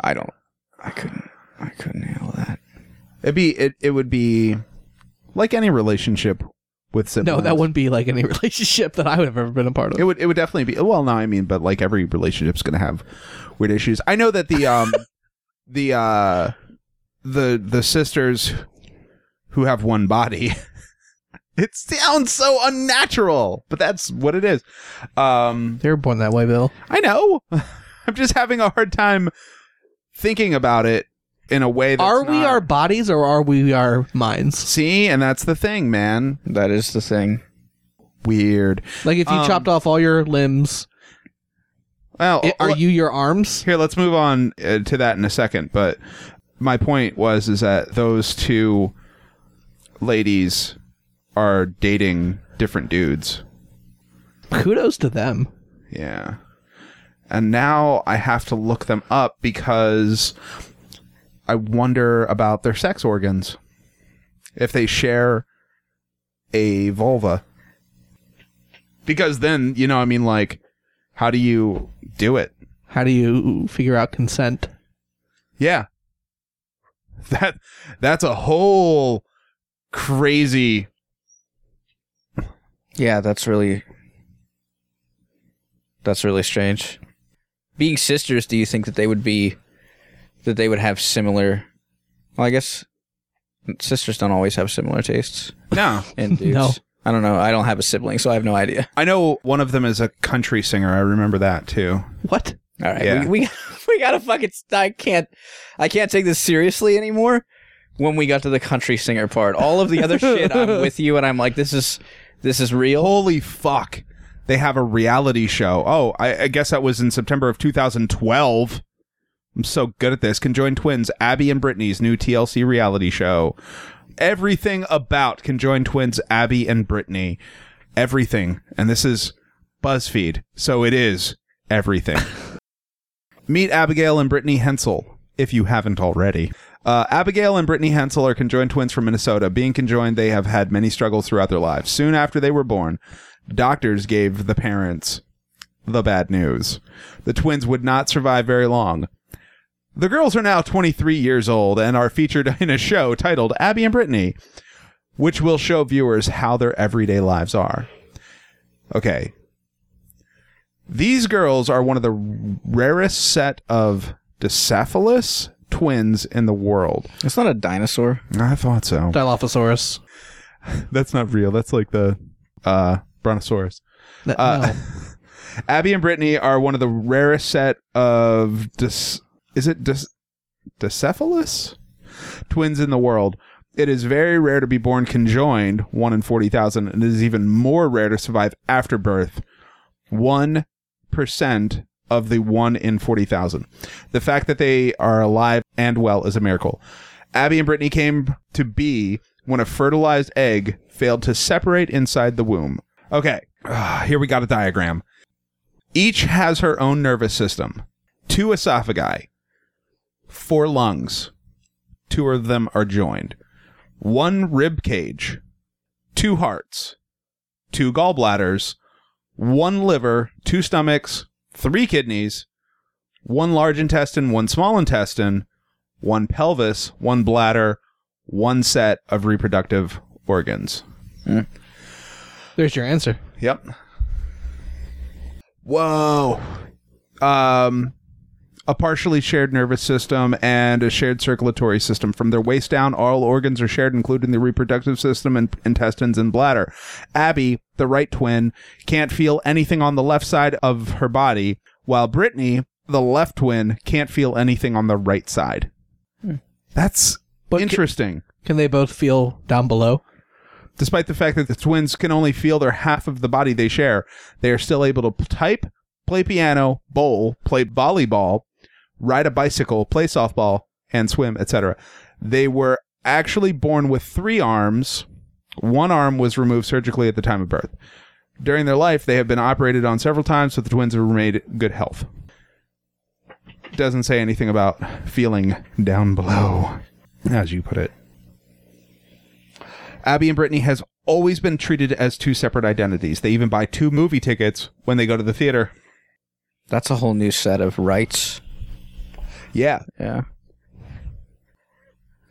[SPEAKER 1] I don't. I couldn't. I couldn't handle that.
[SPEAKER 2] It'd be it, it would be like any relationship with siblings.
[SPEAKER 3] No, that wouldn't be like any relationship that I would have ever been a part of.
[SPEAKER 2] It would it would definitely be well no, I mean, but like every relationship's gonna have weird issues. I know that the um the uh the the sisters who have one body it sounds so unnatural, but that's what it is. Um
[SPEAKER 3] they were born that way, Bill.
[SPEAKER 2] I know. I'm just having a hard time thinking about it in a way that
[SPEAKER 3] are we our bodies or are we our minds?
[SPEAKER 2] See, and that's the thing, man.
[SPEAKER 1] That is the thing.
[SPEAKER 2] Weird.
[SPEAKER 3] Like if you
[SPEAKER 2] Um,
[SPEAKER 3] chopped off all your limbs,
[SPEAKER 2] Well,
[SPEAKER 3] i- are you your arms?
[SPEAKER 2] Here, let's move on uh, to that in a second. But my point was is that those two ladies are dating different dudes.
[SPEAKER 3] Kudos to them.
[SPEAKER 2] Yeah. And now I have to look them up because I wonder about their sex organs. If they share a vulva. Because then, you know, I mean, like, how do you do it?
[SPEAKER 3] How do you figure out consent?
[SPEAKER 2] Yeah. That that's a whole crazy
[SPEAKER 1] Yeah, that's really that's really strange. Being sisters, do you think that they would be that they would have similar? Well, I guess sisters don't always have similar tastes
[SPEAKER 2] No.
[SPEAKER 1] in dudes.
[SPEAKER 3] No.
[SPEAKER 1] I don't know. I don't have a sibling, so I have no idea.
[SPEAKER 2] I know one of them is a country singer. I remember that too.
[SPEAKER 3] What?
[SPEAKER 1] All right,
[SPEAKER 2] Yeah.
[SPEAKER 1] we, we we gotta fucking. st- I can't. I can't take this seriously anymore. When we got to the country singer part, all of the other shit, I'm with you, and I'm like, this is this is real.
[SPEAKER 2] Holy fuck. They have a reality show. Oh, I, I guess that was in September of 2012. I'm so good at this. Conjoined Twins, Abby and Brittany's new TLC reality show. Everything about Conjoined Twins, Abby and Brittany. Everything. And this is BuzzFeed. So it is everything. Meet Abigail and Brittany Hensel, if you haven't already. Uh, Abigail and Brittany Hensel are conjoined twins from Minnesota. Being conjoined, they have had many struggles throughout their lives. Soon after they were born, doctors gave the parents the bad news. The twins would not survive very long. The girls are now 23 years old and are featured in a show titled Abby and Brittany, which will show viewers how their everyday lives are. Okay, these girls are one of the rarest set of Decephalus twins in the world.
[SPEAKER 1] It's not a dinosaur.
[SPEAKER 2] I thought so.
[SPEAKER 3] Dilophosaurus.
[SPEAKER 2] That's not real. That's like the uh, Brontosaurus.
[SPEAKER 3] Th-
[SPEAKER 2] Uh,
[SPEAKER 3] no.
[SPEAKER 2] Abby and Brittany are one of the rarest set of dis- is it dis- Decephalus twins in the world. It is very rare to be born conjoined, one in forty thousand, and it is even more rare to survive after birth, one percent of the one in forty thousand. The fact that they are alive and well is a miracle. Abby and Brittany came to be when a fertilized egg failed to separate inside the womb. Okay, ah, here we got a diagram. Each has her own nervous system, two esophagi, four lungs. Two of them are joined, one rib cage, two hearts, two gallbladders, one liver, two stomachs, three kidneys, one large intestine, one small intestine, one pelvis, one bladder, one set of reproductive organs.
[SPEAKER 3] There's your answer.
[SPEAKER 2] Yep. Whoa. Um, a partially shared nervous system and a shared circulatory system. From their waist down, all organs are shared, including the reproductive system and intestines and bladder. Abby, the right twin, can't feel anything on the left side of her body, while Brittany, the left twin, can't feel anything on the right side. That's
[SPEAKER 3] Hmm. But ca-
[SPEAKER 2] interesting
[SPEAKER 3] Can they both feel down below?
[SPEAKER 2] despite the fact that the twins can only feel their half of the body they share, they are still able to p- type, play piano, bowl, play volleyball, ride a bicycle, play softball, and swim, etc. They were actually born with three arms. One arm was removed surgically at the time of birth. During their life, they have been operated on several times, so the twins have remained in good health. Doesn't say anything about feeling down below, as you put it. Abby and Brittany has always been treated as two separate identities. They even buy two movie tickets when they go to the theater.
[SPEAKER 1] That's a whole new set of rights.
[SPEAKER 2] Yeah.
[SPEAKER 1] Yeah.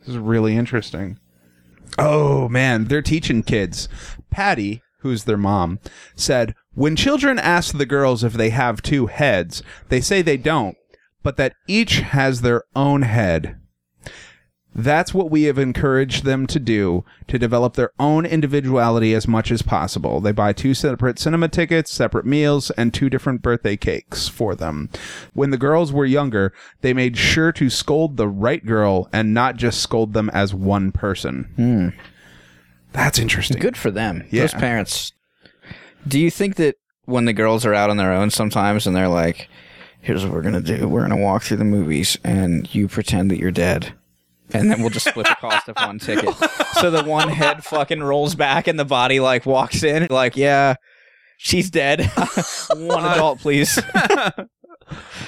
[SPEAKER 2] This is really interesting. Oh man, they're teaching kids. Patty, who's their mom, said when children ask the girls if they have two heads, they say they don't, but that each has their own head. That's what we have encouraged them to do to develop their own individuality as much as possible. They buy two separate cinema tickets, separate meals, and two different birthday cakes for them. When the girls were younger, they made sure to scold the right girl and not just scold them as one person. That's interesting.
[SPEAKER 1] Hmm. Good for them.
[SPEAKER 2] Yeah.
[SPEAKER 1] Those parents. Do you think that when the girls are out on their own sometimes and they're like, here's what we're going to do we're going to walk through the movies and you pretend that you're dead? And then we'll just split the cost of one ticket. So the one head fucking rolls back and the body like walks in, like, yeah, she's dead. one adult, please.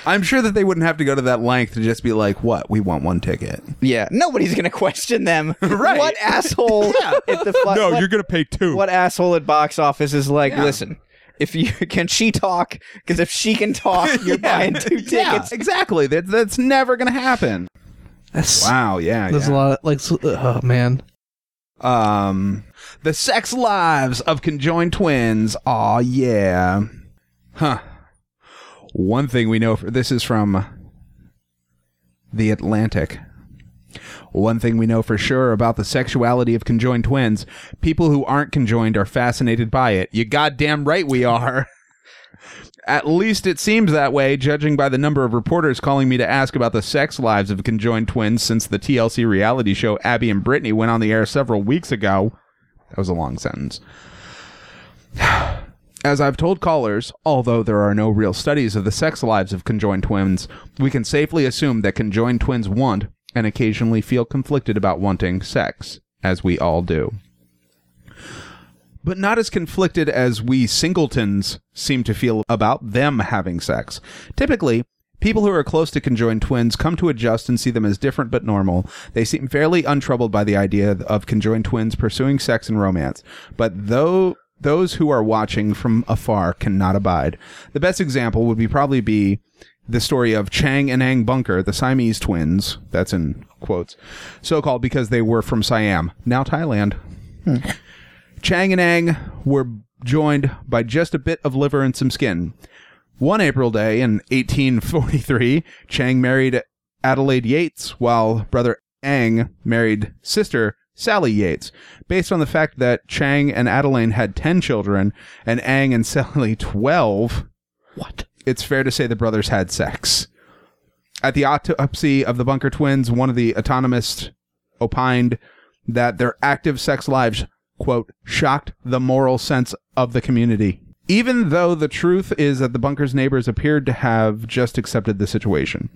[SPEAKER 2] I'm sure that they wouldn't have to go to that length to just be like, what? We want one ticket.
[SPEAKER 1] Yeah. Nobody's going to question them.
[SPEAKER 2] Right.
[SPEAKER 1] What asshole? at the fu- what-
[SPEAKER 2] going to pay two.
[SPEAKER 1] what asshole at box office is like, listen, if you can she talk? Because if she can talk, you're buying two tickets.
[SPEAKER 2] Yeah, exactly. That, that's never going to happen.
[SPEAKER 3] That's,
[SPEAKER 2] Wow. Yeah.
[SPEAKER 3] There's
[SPEAKER 2] yeah.
[SPEAKER 3] a lot of, like, so- oh man.
[SPEAKER 2] Um, the sex lives of conjoined twins. Aw, yeah. Huh. One thing we know for this is from the Atlantic. One thing we know for sure about the sexuality of conjoined twins: people who aren't conjoined are fascinated by it. You goddamn right we are. At least it seems that way, judging by the number of reporters calling me to ask about the sex lives of conjoined twins since the TLC reality show Abby and Brittany went on the air several weeks ago. That was a long sentence. As I've told callers, although there are no real studies of the sex lives of conjoined twins, we can safely assume that conjoined twins want and occasionally feel conflicted about wanting sex, as we all do but not as conflicted as we singletons seem to feel about them having sex. Typically, people who are close to conjoined twins come to adjust and see them as different but normal. They seem fairly untroubled by the idea of conjoined twins pursuing sex and romance. But though those who are watching from afar cannot abide. The best example would be probably be the story of Chang and Ang Bunker, the Siamese twins, that's in quotes, so called because they were from Siam, now Thailand. Chang and Ang were joined by just a bit of liver and some skin. One April day in 1843, Chang married Adelaide Yates, while brother Ang married sister Sally Yates. Based on the fact that Chang and Adelaide had 10 children and Ang and Sally 12,
[SPEAKER 3] What?
[SPEAKER 2] it's fair to say the brothers had sex. At the autopsy of the Bunker twins, one of the autonomists opined that their active sex lives, quote, shocked the moral sense of the community. Even though the truth is that the bunker's neighbors appeared to have just accepted the situation.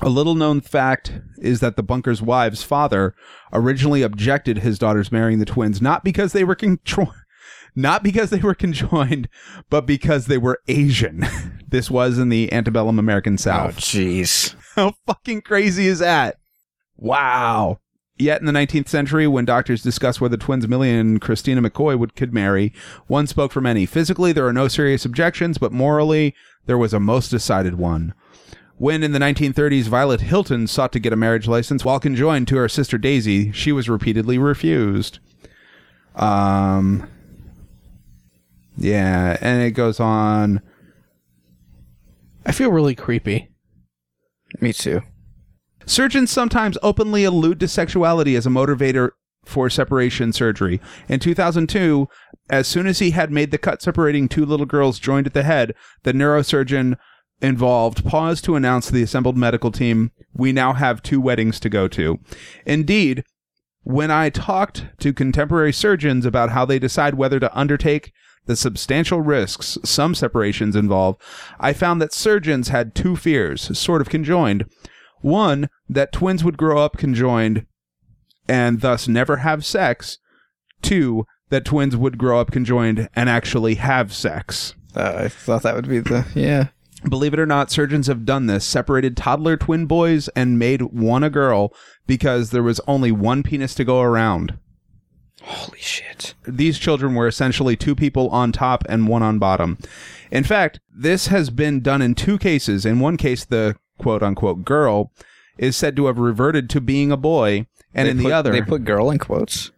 [SPEAKER 2] A little known fact is that the bunker's wife's father originally objected his daughters marrying the twins not because they were contro- not because they were conjoined, but because they were Asian. this was in the antebellum American
[SPEAKER 1] Oh,
[SPEAKER 2] South.
[SPEAKER 1] jeez.
[SPEAKER 2] How fucking crazy is that? Wow. Yet in the 19th century, when doctors discussed whether twins Millie and Christina McCoy would could marry, one spoke for many. Physically, there are no serious objections, but morally, there was a most decided one. When in the 1930s, Violet Hilton sought to get a marriage license while conjoined to her sister Daisy, she was repeatedly refused. Um, yeah, and it goes on.
[SPEAKER 3] I feel really creepy.
[SPEAKER 1] Me too.
[SPEAKER 2] Surgeons sometimes openly allude to sexuality as a motivator for separation surgery. In 2002, as soon as he had made the cut separating two little girls joined at the head, the neurosurgeon involved paused to announce to the assembled medical team, We now have two weddings to go to. Indeed, when I talked to contemporary surgeons about how they decide whether to undertake the substantial risks some separations involve, I found that surgeons had two fears, sort of conjoined. One, that twins would grow up conjoined and thus never have sex. Two, that twins would grow up conjoined and actually have sex.
[SPEAKER 1] Uh, I thought that would be the yeah.
[SPEAKER 2] Believe it or not, surgeons have done this, separated toddler twin boys and made one a girl because there was only one penis to go around.
[SPEAKER 1] Holy shit.
[SPEAKER 2] these children were essentially two people on top and one on bottom. In fact, this has been done in two cases. In one case, the quote unquote girl is said to have reverted to being a boy, and
[SPEAKER 1] They
[SPEAKER 2] in
[SPEAKER 1] put-
[SPEAKER 2] the other,
[SPEAKER 1] they put girl in quotes.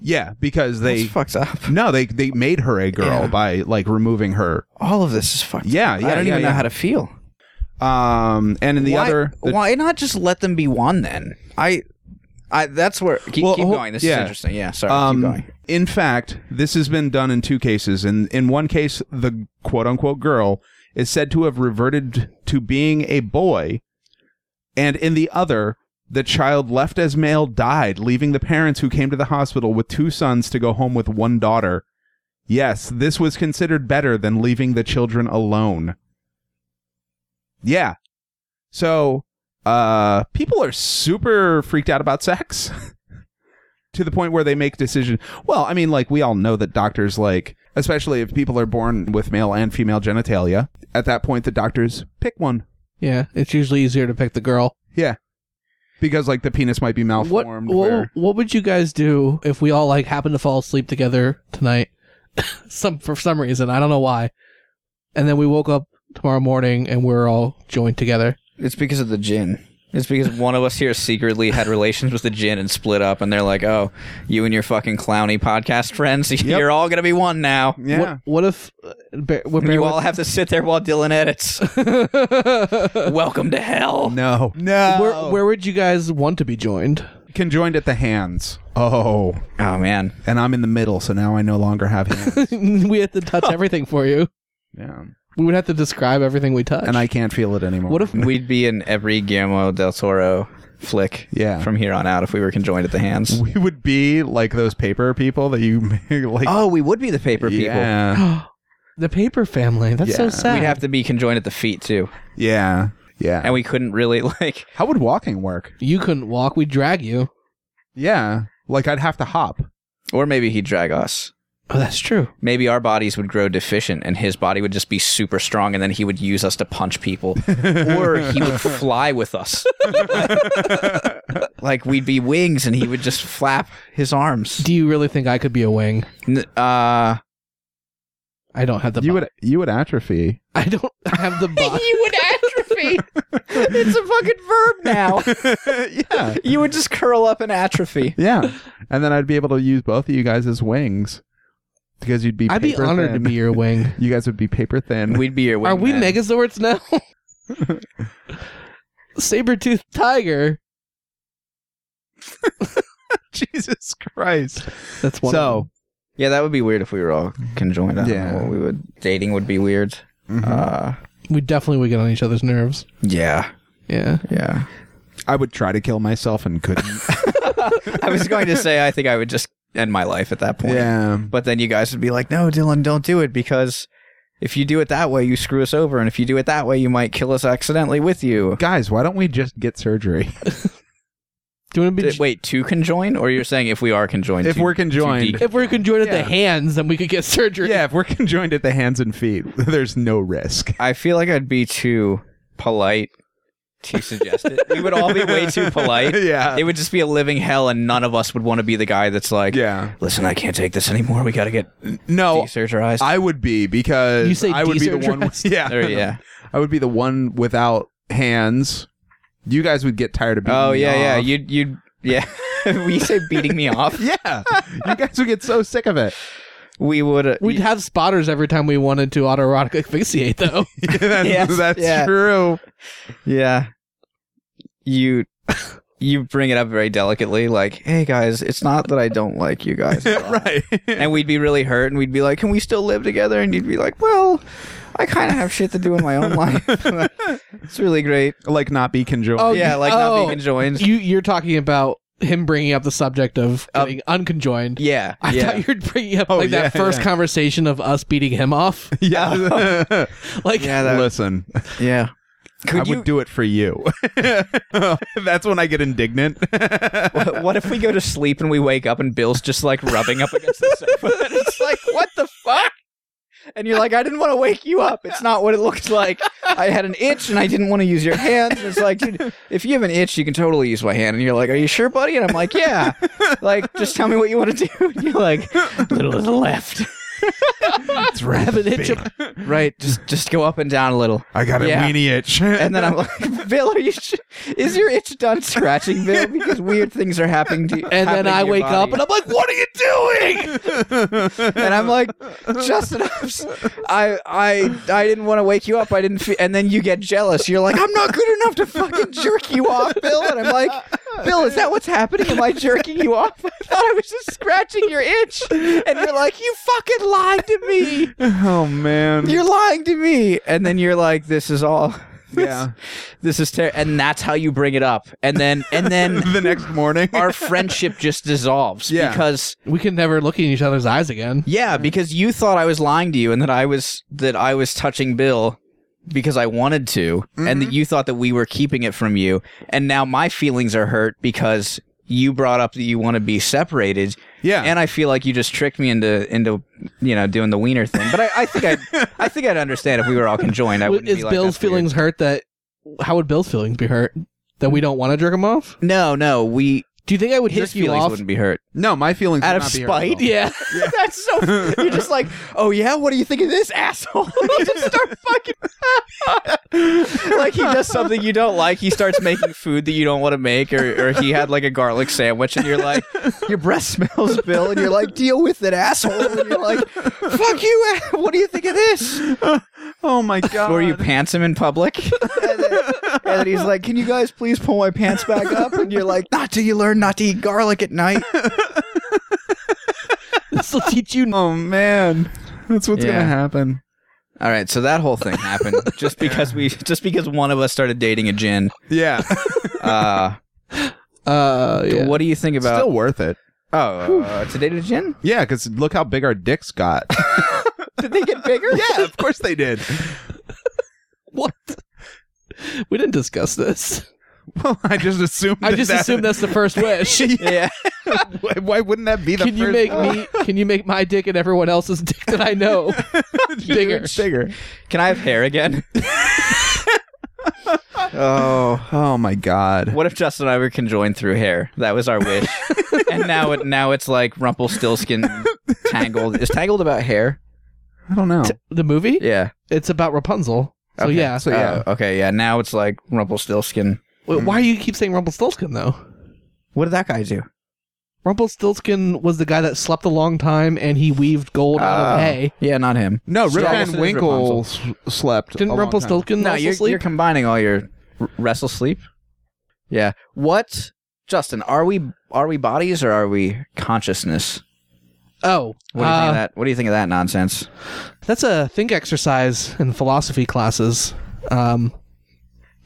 [SPEAKER 2] yeah, because they
[SPEAKER 1] This fucks up.
[SPEAKER 2] no, they they made her a girl
[SPEAKER 1] Yeah.
[SPEAKER 2] by like removing her.
[SPEAKER 1] All of this is fucked.
[SPEAKER 2] Yeah,
[SPEAKER 1] up.
[SPEAKER 2] yeah,
[SPEAKER 1] I don't
[SPEAKER 2] yeah,
[SPEAKER 1] even know
[SPEAKER 2] yeah.
[SPEAKER 1] how to feel.
[SPEAKER 2] Um, and in the
[SPEAKER 1] why,
[SPEAKER 2] other, the-
[SPEAKER 1] why not just let them be one then? I, I that's where keep,
[SPEAKER 2] Well,
[SPEAKER 1] keep
[SPEAKER 2] hol-
[SPEAKER 1] going. This
[SPEAKER 2] yeah.
[SPEAKER 1] is interesting. Yeah, sorry, keep
[SPEAKER 2] Um,
[SPEAKER 1] going.
[SPEAKER 2] in fact, this has been done in two cases. In in one case, the quote unquote girl is said to have reverted to being a boy, and in the other, the child left as male died, leaving the parents who came to the hospital with two sons to go home with one daughter. Yes, this was considered better than leaving the children alone. Yeah. So, uh, people are super freaked out about sex to the point where they make decision. Well, I mean, like we all know that doctors like, especially if people are born with male and female genitalia, at that point the doctors pick one
[SPEAKER 3] Yeah, it's usually easier to pick the girl.
[SPEAKER 2] because like the penis might be
[SPEAKER 3] What,
[SPEAKER 2] malformed.
[SPEAKER 3] what
[SPEAKER 2] where-
[SPEAKER 3] what would you guys do if we all like happen to fall asleep together tonight? some for some reason, I don't know why. And then we woke up tomorrow morning and we're all joined together.
[SPEAKER 1] It's because of the gin. It's because one of us here secretly had relations with the gin and split up, and they're like, "Oh, you and your fucking clowny podcast friends, you're all gonna be one now."
[SPEAKER 2] yeah.
[SPEAKER 3] What what if uh, bear, what
[SPEAKER 1] You
[SPEAKER 3] bear
[SPEAKER 1] all have to sit there while Dylan edits. Welcome to hell.
[SPEAKER 2] no. No.
[SPEAKER 3] where where would you guys want to be joined?
[SPEAKER 2] conjoined at the hands. Oh,
[SPEAKER 1] Oh man,
[SPEAKER 2] and I'm in the middle, so now I no longer have hands.
[SPEAKER 3] we have to touch everything for you.
[SPEAKER 2] yeah.
[SPEAKER 3] We would have to describe everything we touch.
[SPEAKER 2] And I can't feel it anymore.
[SPEAKER 3] What if-
[SPEAKER 1] we'd be in every Guillermo del Toro flick.
[SPEAKER 2] Yeah.
[SPEAKER 1] from here on out, if we were conjoined at the hands.
[SPEAKER 2] we would be like those paper people that you like?
[SPEAKER 1] Oh, we would be the paper people.
[SPEAKER 2] Yeah.
[SPEAKER 3] the paper family. That's so
[SPEAKER 2] Yeah.
[SPEAKER 3] sad.
[SPEAKER 1] We'd have to be conjoined at the feet too,
[SPEAKER 2] Yeah. Yeah.
[SPEAKER 1] and we couldn't really like.
[SPEAKER 2] How would walking work?
[SPEAKER 3] you couldn't walk. We'd drag you.
[SPEAKER 2] Yeah. Like I'd have to hop.
[SPEAKER 1] Or maybe he'd drag us.
[SPEAKER 3] Oh, that's true.
[SPEAKER 1] Maybe our bodies would grow deficient, and his body would just be super strong, and then he would use us to punch people, or he would fly with us. like we'd be wings, and he would just flap his arms.
[SPEAKER 3] Do you really think I could be a wing?
[SPEAKER 1] N- Uh,
[SPEAKER 3] I don't have the.
[SPEAKER 2] You
[SPEAKER 3] bo-
[SPEAKER 2] would you would atrophy.
[SPEAKER 3] I don't have the body.
[SPEAKER 1] you would atrophy. it's a fucking verb now.
[SPEAKER 2] yeah.
[SPEAKER 1] You would just curl up and atrophy.
[SPEAKER 2] Yeah. And then I'd be able to use both of you guys as wings. Because you'd be
[SPEAKER 3] I'd be
[SPEAKER 2] paper
[SPEAKER 3] honored to
[SPEAKER 2] thin.
[SPEAKER 3] be your wing.
[SPEAKER 2] You guys would be paper thin.
[SPEAKER 1] We'd be your.
[SPEAKER 3] Are we
[SPEAKER 1] wingman.
[SPEAKER 3] Megazords now? Saber-toothed tiger.
[SPEAKER 2] Jesus Christ.
[SPEAKER 3] That's one.
[SPEAKER 2] So
[SPEAKER 1] Yeah, that would be weird if we were all conjoined. I don't
[SPEAKER 2] Yeah. Mm-hmm.
[SPEAKER 1] know what we would. Dating would be weird. Uh,
[SPEAKER 3] we definitely would get on each other's nerves.
[SPEAKER 1] yeah,
[SPEAKER 3] Yeah.
[SPEAKER 1] yeah.
[SPEAKER 2] I would try to kill myself and couldn't.
[SPEAKER 1] I was going to say I think I would just end my life at that point.
[SPEAKER 2] yeah.
[SPEAKER 1] But then you guys would be like, "No, Dylan, don't do it because if you do it that way, you screw us over, and if you do it that way, you might kill us accidentally with you."
[SPEAKER 2] Guys, why don't we just get surgery?
[SPEAKER 3] Do you want to be?
[SPEAKER 1] Did- Wait, to conjoin, or you're saying if we are conjoined?
[SPEAKER 2] If
[SPEAKER 1] to-
[SPEAKER 2] we're
[SPEAKER 1] to
[SPEAKER 2] conjoined.
[SPEAKER 1] decon-
[SPEAKER 3] if we are conjoined at the
[SPEAKER 2] Yeah.
[SPEAKER 3] hands, then we could get surgery.
[SPEAKER 2] yeah, if we're conjoined at the hands and feet, there's no risk.
[SPEAKER 1] I feel like I'd be too polite to suggest it. we would all be way too polite.
[SPEAKER 2] Yeah.
[SPEAKER 1] it would just be a living hell, and none of us would want to be the guy that's like,
[SPEAKER 2] Yeah.
[SPEAKER 1] listen, I can't take this anymore. We got to get
[SPEAKER 2] No.
[SPEAKER 1] desurgerized.
[SPEAKER 2] I would be because
[SPEAKER 3] You say
[SPEAKER 2] I would be the one.
[SPEAKER 3] desurgerized?
[SPEAKER 2] Yeah.
[SPEAKER 1] There- yeah.
[SPEAKER 2] I would be the one without hands. You guys would get tired of beating
[SPEAKER 1] Oh
[SPEAKER 2] me
[SPEAKER 1] yeah, yeah.
[SPEAKER 2] off.
[SPEAKER 1] You'd you'd yeah. we say beating me off.
[SPEAKER 2] yeah. You guys would get so sick of it.
[SPEAKER 1] We would. Uh,
[SPEAKER 3] We'd have spotters every time we wanted to autoerotic asphyxiate, though.
[SPEAKER 2] that's
[SPEAKER 1] Yes,
[SPEAKER 2] that's
[SPEAKER 1] yeah.
[SPEAKER 2] true.
[SPEAKER 1] yeah. You you bring it up very delicately, like, hey guys, it's not that I don't like you guys, at all."
[SPEAKER 2] Right.
[SPEAKER 1] And we'd be really hurt, and we'd be like, can we still live together? And you'd be like, well, I kind of have shit to do in my own life. it's really great.
[SPEAKER 2] like not be conjoined.
[SPEAKER 3] Oh,
[SPEAKER 1] Yeah, like not
[SPEAKER 3] oh.
[SPEAKER 1] being conjoined.
[SPEAKER 3] you you're talking about him bringing up the subject of getting unconjoined.
[SPEAKER 1] Yeah,
[SPEAKER 3] I
[SPEAKER 1] yeah.
[SPEAKER 3] thought you were bringing up
[SPEAKER 2] Oh,
[SPEAKER 3] like
[SPEAKER 2] yeah,
[SPEAKER 3] that first
[SPEAKER 2] yeah.
[SPEAKER 3] conversation of us beating him off.
[SPEAKER 2] yeah.
[SPEAKER 3] Like
[SPEAKER 1] Yeah, that-
[SPEAKER 2] Listen,
[SPEAKER 1] yeah.
[SPEAKER 2] I
[SPEAKER 1] Could you?
[SPEAKER 2] would do it for you. that's when I get indignant.
[SPEAKER 1] what if we go to sleep and we wake up and Bill's just like rubbing up against the sofa? And it's like, what the fuck? And you're like, I didn't want to wake you up. It's not what it looks like. I had an itch and I didn't want to use your hands. And it's like, dude, if you have an itch, you can totally use my hand. And you're like, Are you sure, buddy? And I'm like, Yeah. Like, just tell me what you want to do. And you're like, Little to the left.
[SPEAKER 2] It's rabbit
[SPEAKER 3] itch up-
[SPEAKER 1] right? Just just go up and down a little.
[SPEAKER 2] I got a
[SPEAKER 1] Yeah.
[SPEAKER 2] weenie itch.
[SPEAKER 1] And then I'm like, Bill, are you? Sh- is your itch done scratching, Bill? Because weird things are happening to you.
[SPEAKER 3] And then I wake up and I'm like, what are you doing?
[SPEAKER 1] and I'm like, Justin, I'm s- I I I didn't want to wake you up. I didn't. Fe-. And then you get jealous. You're like, I'm not good enough to fucking jerk you off, Bill. And I'm like, Bill, is that what's happening? Am I jerking you off? I thought I was just scratching your itch. And you're like, you fucking lied to me.
[SPEAKER 2] oh man.
[SPEAKER 1] You're lying to me. And then you're like, this is all.
[SPEAKER 2] Yeah.
[SPEAKER 1] This is terrible. And that's how you bring it up. And then and then
[SPEAKER 2] the next morning.
[SPEAKER 1] our friendship just dissolves
[SPEAKER 2] Yeah.
[SPEAKER 1] because
[SPEAKER 3] We can never look in each other's eyes again.
[SPEAKER 1] yeah, because you thought I was lying to you and that I was that I was touching Bill because I wanted to and
[SPEAKER 3] Mm-hmm.
[SPEAKER 1] that you thought that we were keeping it from you and now my feelings are hurt because you brought up that you want to be separated.
[SPEAKER 2] Yeah.
[SPEAKER 1] And I feel like you just tricked me into into you know doing the wiener thing. But I, I think I I think I'd understand if we were all conjoined. I wouldn't
[SPEAKER 3] Is
[SPEAKER 1] be like,
[SPEAKER 3] Bill's
[SPEAKER 1] "That's weird."
[SPEAKER 3] feelings hurt that how would Bill's feelings be hurt? That we don't want to jerk him off?
[SPEAKER 1] No, no, we
[SPEAKER 3] Do you think I would
[SPEAKER 1] his
[SPEAKER 3] jerk you
[SPEAKER 1] feelings
[SPEAKER 3] off?
[SPEAKER 1] wouldn't be hurt.
[SPEAKER 2] no, my feelings
[SPEAKER 1] Out of
[SPEAKER 2] would not be
[SPEAKER 1] spite?
[SPEAKER 2] hurtful.
[SPEAKER 3] Yeah.
[SPEAKER 1] That's so. You're just like, oh yeah, what do you think of this asshole? He'll just start fucking. like he does something you don't like. He starts making food that you don't want to make, or, or he had like a garlic sandwich, and you're like, your breath smells, Bill, and you're like, deal with it, asshole. And you're like, fuck you. a- What do you think of this?
[SPEAKER 2] Oh my god.
[SPEAKER 1] Or you pants him in public, and then, and then he's like, can you guys please pull my pants back up? And you're like, not till you learn not to eat garlic at night.
[SPEAKER 3] This will teach you.
[SPEAKER 2] Oh man. That's what's
[SPEAKER 1] Yeah.
[SPEAKER 2] gonna happen.
[SPEAKER 1] All right, so that whole thing happened just because we just because one of us started dating a gin.
[SPEAKER 2] Yeah.
[SPEAKER 1] Uh,
[SPEAKER 3] Uh, yeah.
[SPEAKER 1] What do you think about?
[SPEAKER 2] Still worth it.
[SPEAKER 1] oh, uh, to date a gin?
[SPEAKER 2] Yeah, because look how big our dicks got.
[SPEAKER 1] Did they get bigger?
[SPEAKER 2] yeah, of course they did.
[SPEAKER 3] What? We didn't discuss this.
[SPEAKER 2] Well, I just assumed.
[SPEAKER 3] I
[SPEAKER 2] that
[SPEAKER 3] just
[SPEAKER 2] that-
[SPEAKER 3] assume that's the first wish.
[SPEAKER 1] yeah.
[SPEAKER 2] Why, why wouldn't that be the
[SPEAKER 3] can you
[SPEAKER 2] first-
[SPEAKER 3] make me? Can you make my dick and everyone else's dick that I know bigger?
[SPEAKER 2] bigger?
[SPEAKER 1] Can I have hair again?
[SPEAKER 2] Oh, oh my God!
[SPEAKER 1] What if Justin and I were conjoined through hair? That was our wish, and now it now it's like Rumpelstiltskin tangled. Is tangled about hair?
[SPEAKER 2] I don't know.
[SPEAKER 3] The movie?
[SPEAKER 1] Yeah.
[SPEAKER 3] It's about Rapunzel. So
[SPEAKER 1] Okay,
[SPEAKER 3] yeah.
[SPEAKER 2] so yeah.
[SPEAKER 1] Oh, okay. Yeah. Now it's like Rumpelstiltskin.
[SPEAKER 3] Wait, why do you keep saying Rumpelstiltskin though?
[SPEAKER 1] What did that guy do?
[SPEAKER 3] Rumpelstiltskin was the guy that slept a long time and he weaved gold out
[SPEAKER 1] Oh.
[SPEAKER 3] of hay.
[SPEAKER 1] Yeah, not him.
[SPEAKER 2] No, Rip
[SPEAKER 1] Yeah.
[SPEAKER 2] Van Winkle s- slept.
[SPEAKER 3] Didn't
[SPEAKER 2] a long
[SPEAKER 3] Rumpelstiltskin
[SPEAKER 1] No,
[SPEAKER 3] also
[SPEAKER 1] you're,
[SPEAKER 3] sleep?
[SPEAKER 1] you're combining all your r- wrestle sleep. Yeah. What, Justin? Are we are we bodies or are we consciousness?
[SPEAKER 3] oh,
[SPEAKER 1] What do you think
[SPEAKER 3] uh,
[SPEAKER 1] of that? What do you think of that nonsense?
[SPEAKER 3] that's a think exercise in philosophy classes. Um,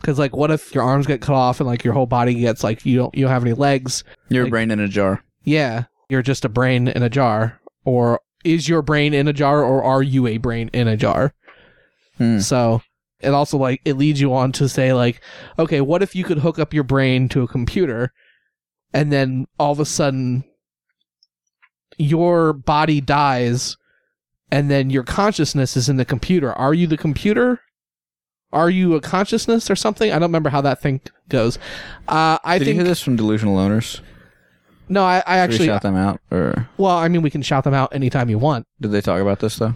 [SPEAKER 3] because like, what if your arms get cut off and like your whole body gets like you don't you don't have any legs?
[SPEAKER 1] Your
[SPEAKER 3] Like-
[SPEAKER 1] brain in a jar.
[SPEAKER 3] Yeah, you're just a brain in a jar, or is your brain in a jar, or are you a brain in a jar?
[SPEAKER 1] Hmm.
[SPEAKER 3] So it also like it leads you on to say like, okay, what if you could hook up your brain to a computer, and then all of a sudden your body dies, and then your consciousness is in the computer. Are you the computer? Are you a consciousness or something? I don't remember how that thing goes. Uh, I
[SPEAKER 1] Did you
[SPEAKER 3] think
[SPEAKER 1] hear this from delusional owners?
[SPEAKER 3] no, I, I
[SPEAKER 1] Did we
[SPEAKER 3] actually
[SPEAKER 1] shout them out, or
[SPEAKER 3] well, I mean, we can shout them out anytime you want.
[SPEAKER 1] did they talk about this though?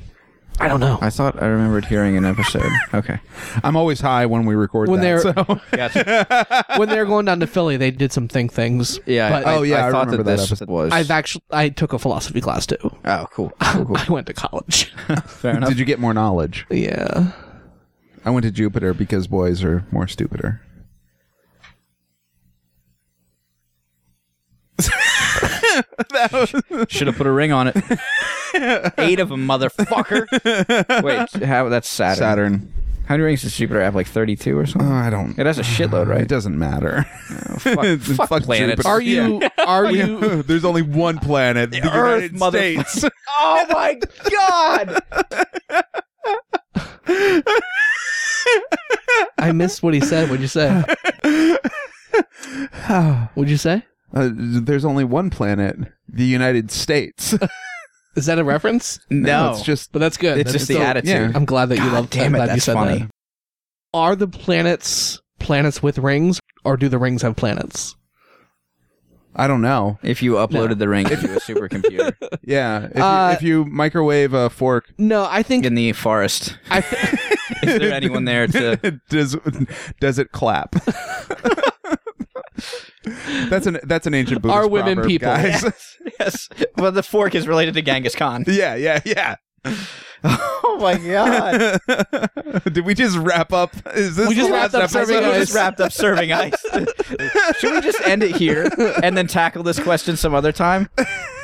[SPEAKER 3] I don't know.
[SPEAKER 1] I thought I remembered hearing an episode. Okay.
[SPEAKER 2] time. I'm always high when we record
[SPEAKER 3] When
[SPEAKER 2] that,
[SPEAKER 3] they're-
[SPEAKER 2] so-
[SPEAKER 3] when they were going down to Philly, they did some think things.
[SPEAKER 1] Yeah.
[SPEAKER 3] But
[SPEAKER 1] I,
[SPEAKER 2] Oh, yeah,
[SPEAKER 1] I,
[SPEAKER 2] I
[SPEAKER 1] thought
[SPEAKER 2] remember
[SPEAKER 1] that
[SPEAKER 2] that
[SPEAKER 1] this
[SPEAKER 2] episode.
[SPEAKER 1] was.
[SPEAKER 3] I've actually I took a philosophy class too.
[SPEAKER 1] oh, cool. cool, cool.
[SPEAKER 3] I went to college.
[SPEAKER 1] Fair enough.
[SPEAKER 2] Did you get more knowledge?
[SPEAKER 3] yeah.
[SPEAKER 2] I went to Jupiter because boys are more stupider.
[SPEAKER 1] Should have put a ring on it. Eight of them, motherfucker. Wait, how? That's Saturn.
[SPEAKER 2] Saturn.
[SPEAKER 1] How many rings does Jupiter have? Like thirty-two or something.
[SPEAKER 2] Oh, I don't.
[SPEAKER 1] It has a shitload,
[SPEAKER 2] It
[SPEAKER 1] right?
[SPEAKER 2] doesn't matter.
[SPEAKER 1] fuck, fuck,
[SPEAKER 2] Fuck
[SPEAKER 1] planets.
[SPEAKER 2] Jupiter.
[SPEAKER 3] Are you are you
[SPEAKER 2] There's only one planet, the,
[SPEAKER 1] Earth,
[SPEAKER 2] United
[SPEAKER 1] mother-
[SPEAKER 2] States.
[SPEAKER 1] oh my god!
[SPEAKER 3] I missed what he said. What'd you say? What'd you say?
[SPEAKER 2] Uh, there's only one planet, the United States.
[SPEAKER 3] Is that a reference?
[SPEAKER 1] No,
[SPEAKER 2] it's just
[SPEAKER 3] But that's good.
[SPEAKER 1] it's
[SPEAKER 3] That's
[SPEAKER 1] just the
[SPEAKER 3] still-
[SPEAKER 1] attitude.
[SPEAKER 2] yeah.
[SPEAKER 3] I'm glad that you
[SPEAKER 1] God
[SPEAKER 3] love
[SPEAKER 1] damn it,
[SPEAKER 3] glad you
[SPEAKER 1] that's
[SPEAKER 3] said
[SPEAKER 1] funny.
[SPEAKER 3] that. Are the planets planets with rings or do the rings have planets?
[SPEAKER 2] I don't know.
[SPEAKER 1] If you uploaded the ring to a supercomputer
[SPEAKER 2] Yeah, if,
[SPEAKER 3] Uh,
[SPEAKER 2] you, if you microwave a fork,
[SPEAKER 3] No, I think
[SPEAKER 1] in the forest,
[SPEAKER 3] I th-
[SPEAKER 1] is there anyone there to?
[SPEAKER 2] does does it clap? that's an that's an ancient Buddhist
[SPEAKER 3] Are women
[SPEAKER 2] proverb,
[SPEAKER 3] people?
[SPEAKER 2] guys.
[SPEAKER 1] Yes, but the fork is related to Genghis Khan.
[SPEAKER 2] yeah, yeah, yeah.
[SPEAKER 1] Oh my god!
[SPEAKER 2] Did we just wrap up? Is this
[SPEAKER 3] We
[SPEAKER 2] the
[SPEAKER 3] just
[SPEAKER 2] last
[SPEAKER 3] wrapped up
[SPEAKER 2] episode?
[SPEAKER 1] I
[SPEAKER 3] serving
[SPEAKER 1] think we
[SPEAKER 3] ice.
[SPEAKER 1] just wrapped up serving ice. Should we just end it here and then tackle this question some other time?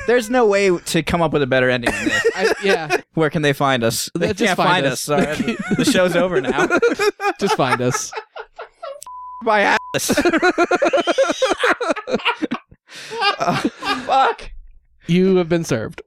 [SPEAKER 1] There's no way to come up with a better ending than this.
[SPEAKER 3] I, yeah,
[SPEAKER 1] Where can they find us? They
[SPEAKER 3] Just
[SPEAKER 1] can't
[SPEAKER 3] find
[SPEAKER 1] find
[SPEAKER 3] us.
[SPEAKER 1] us. Sorry. the show's over now.
[SPEAKER 3] just find us.
[SPEAKER 1] My ass. Uh, fuck. Uh,
[SPEAKER 3] You have been served.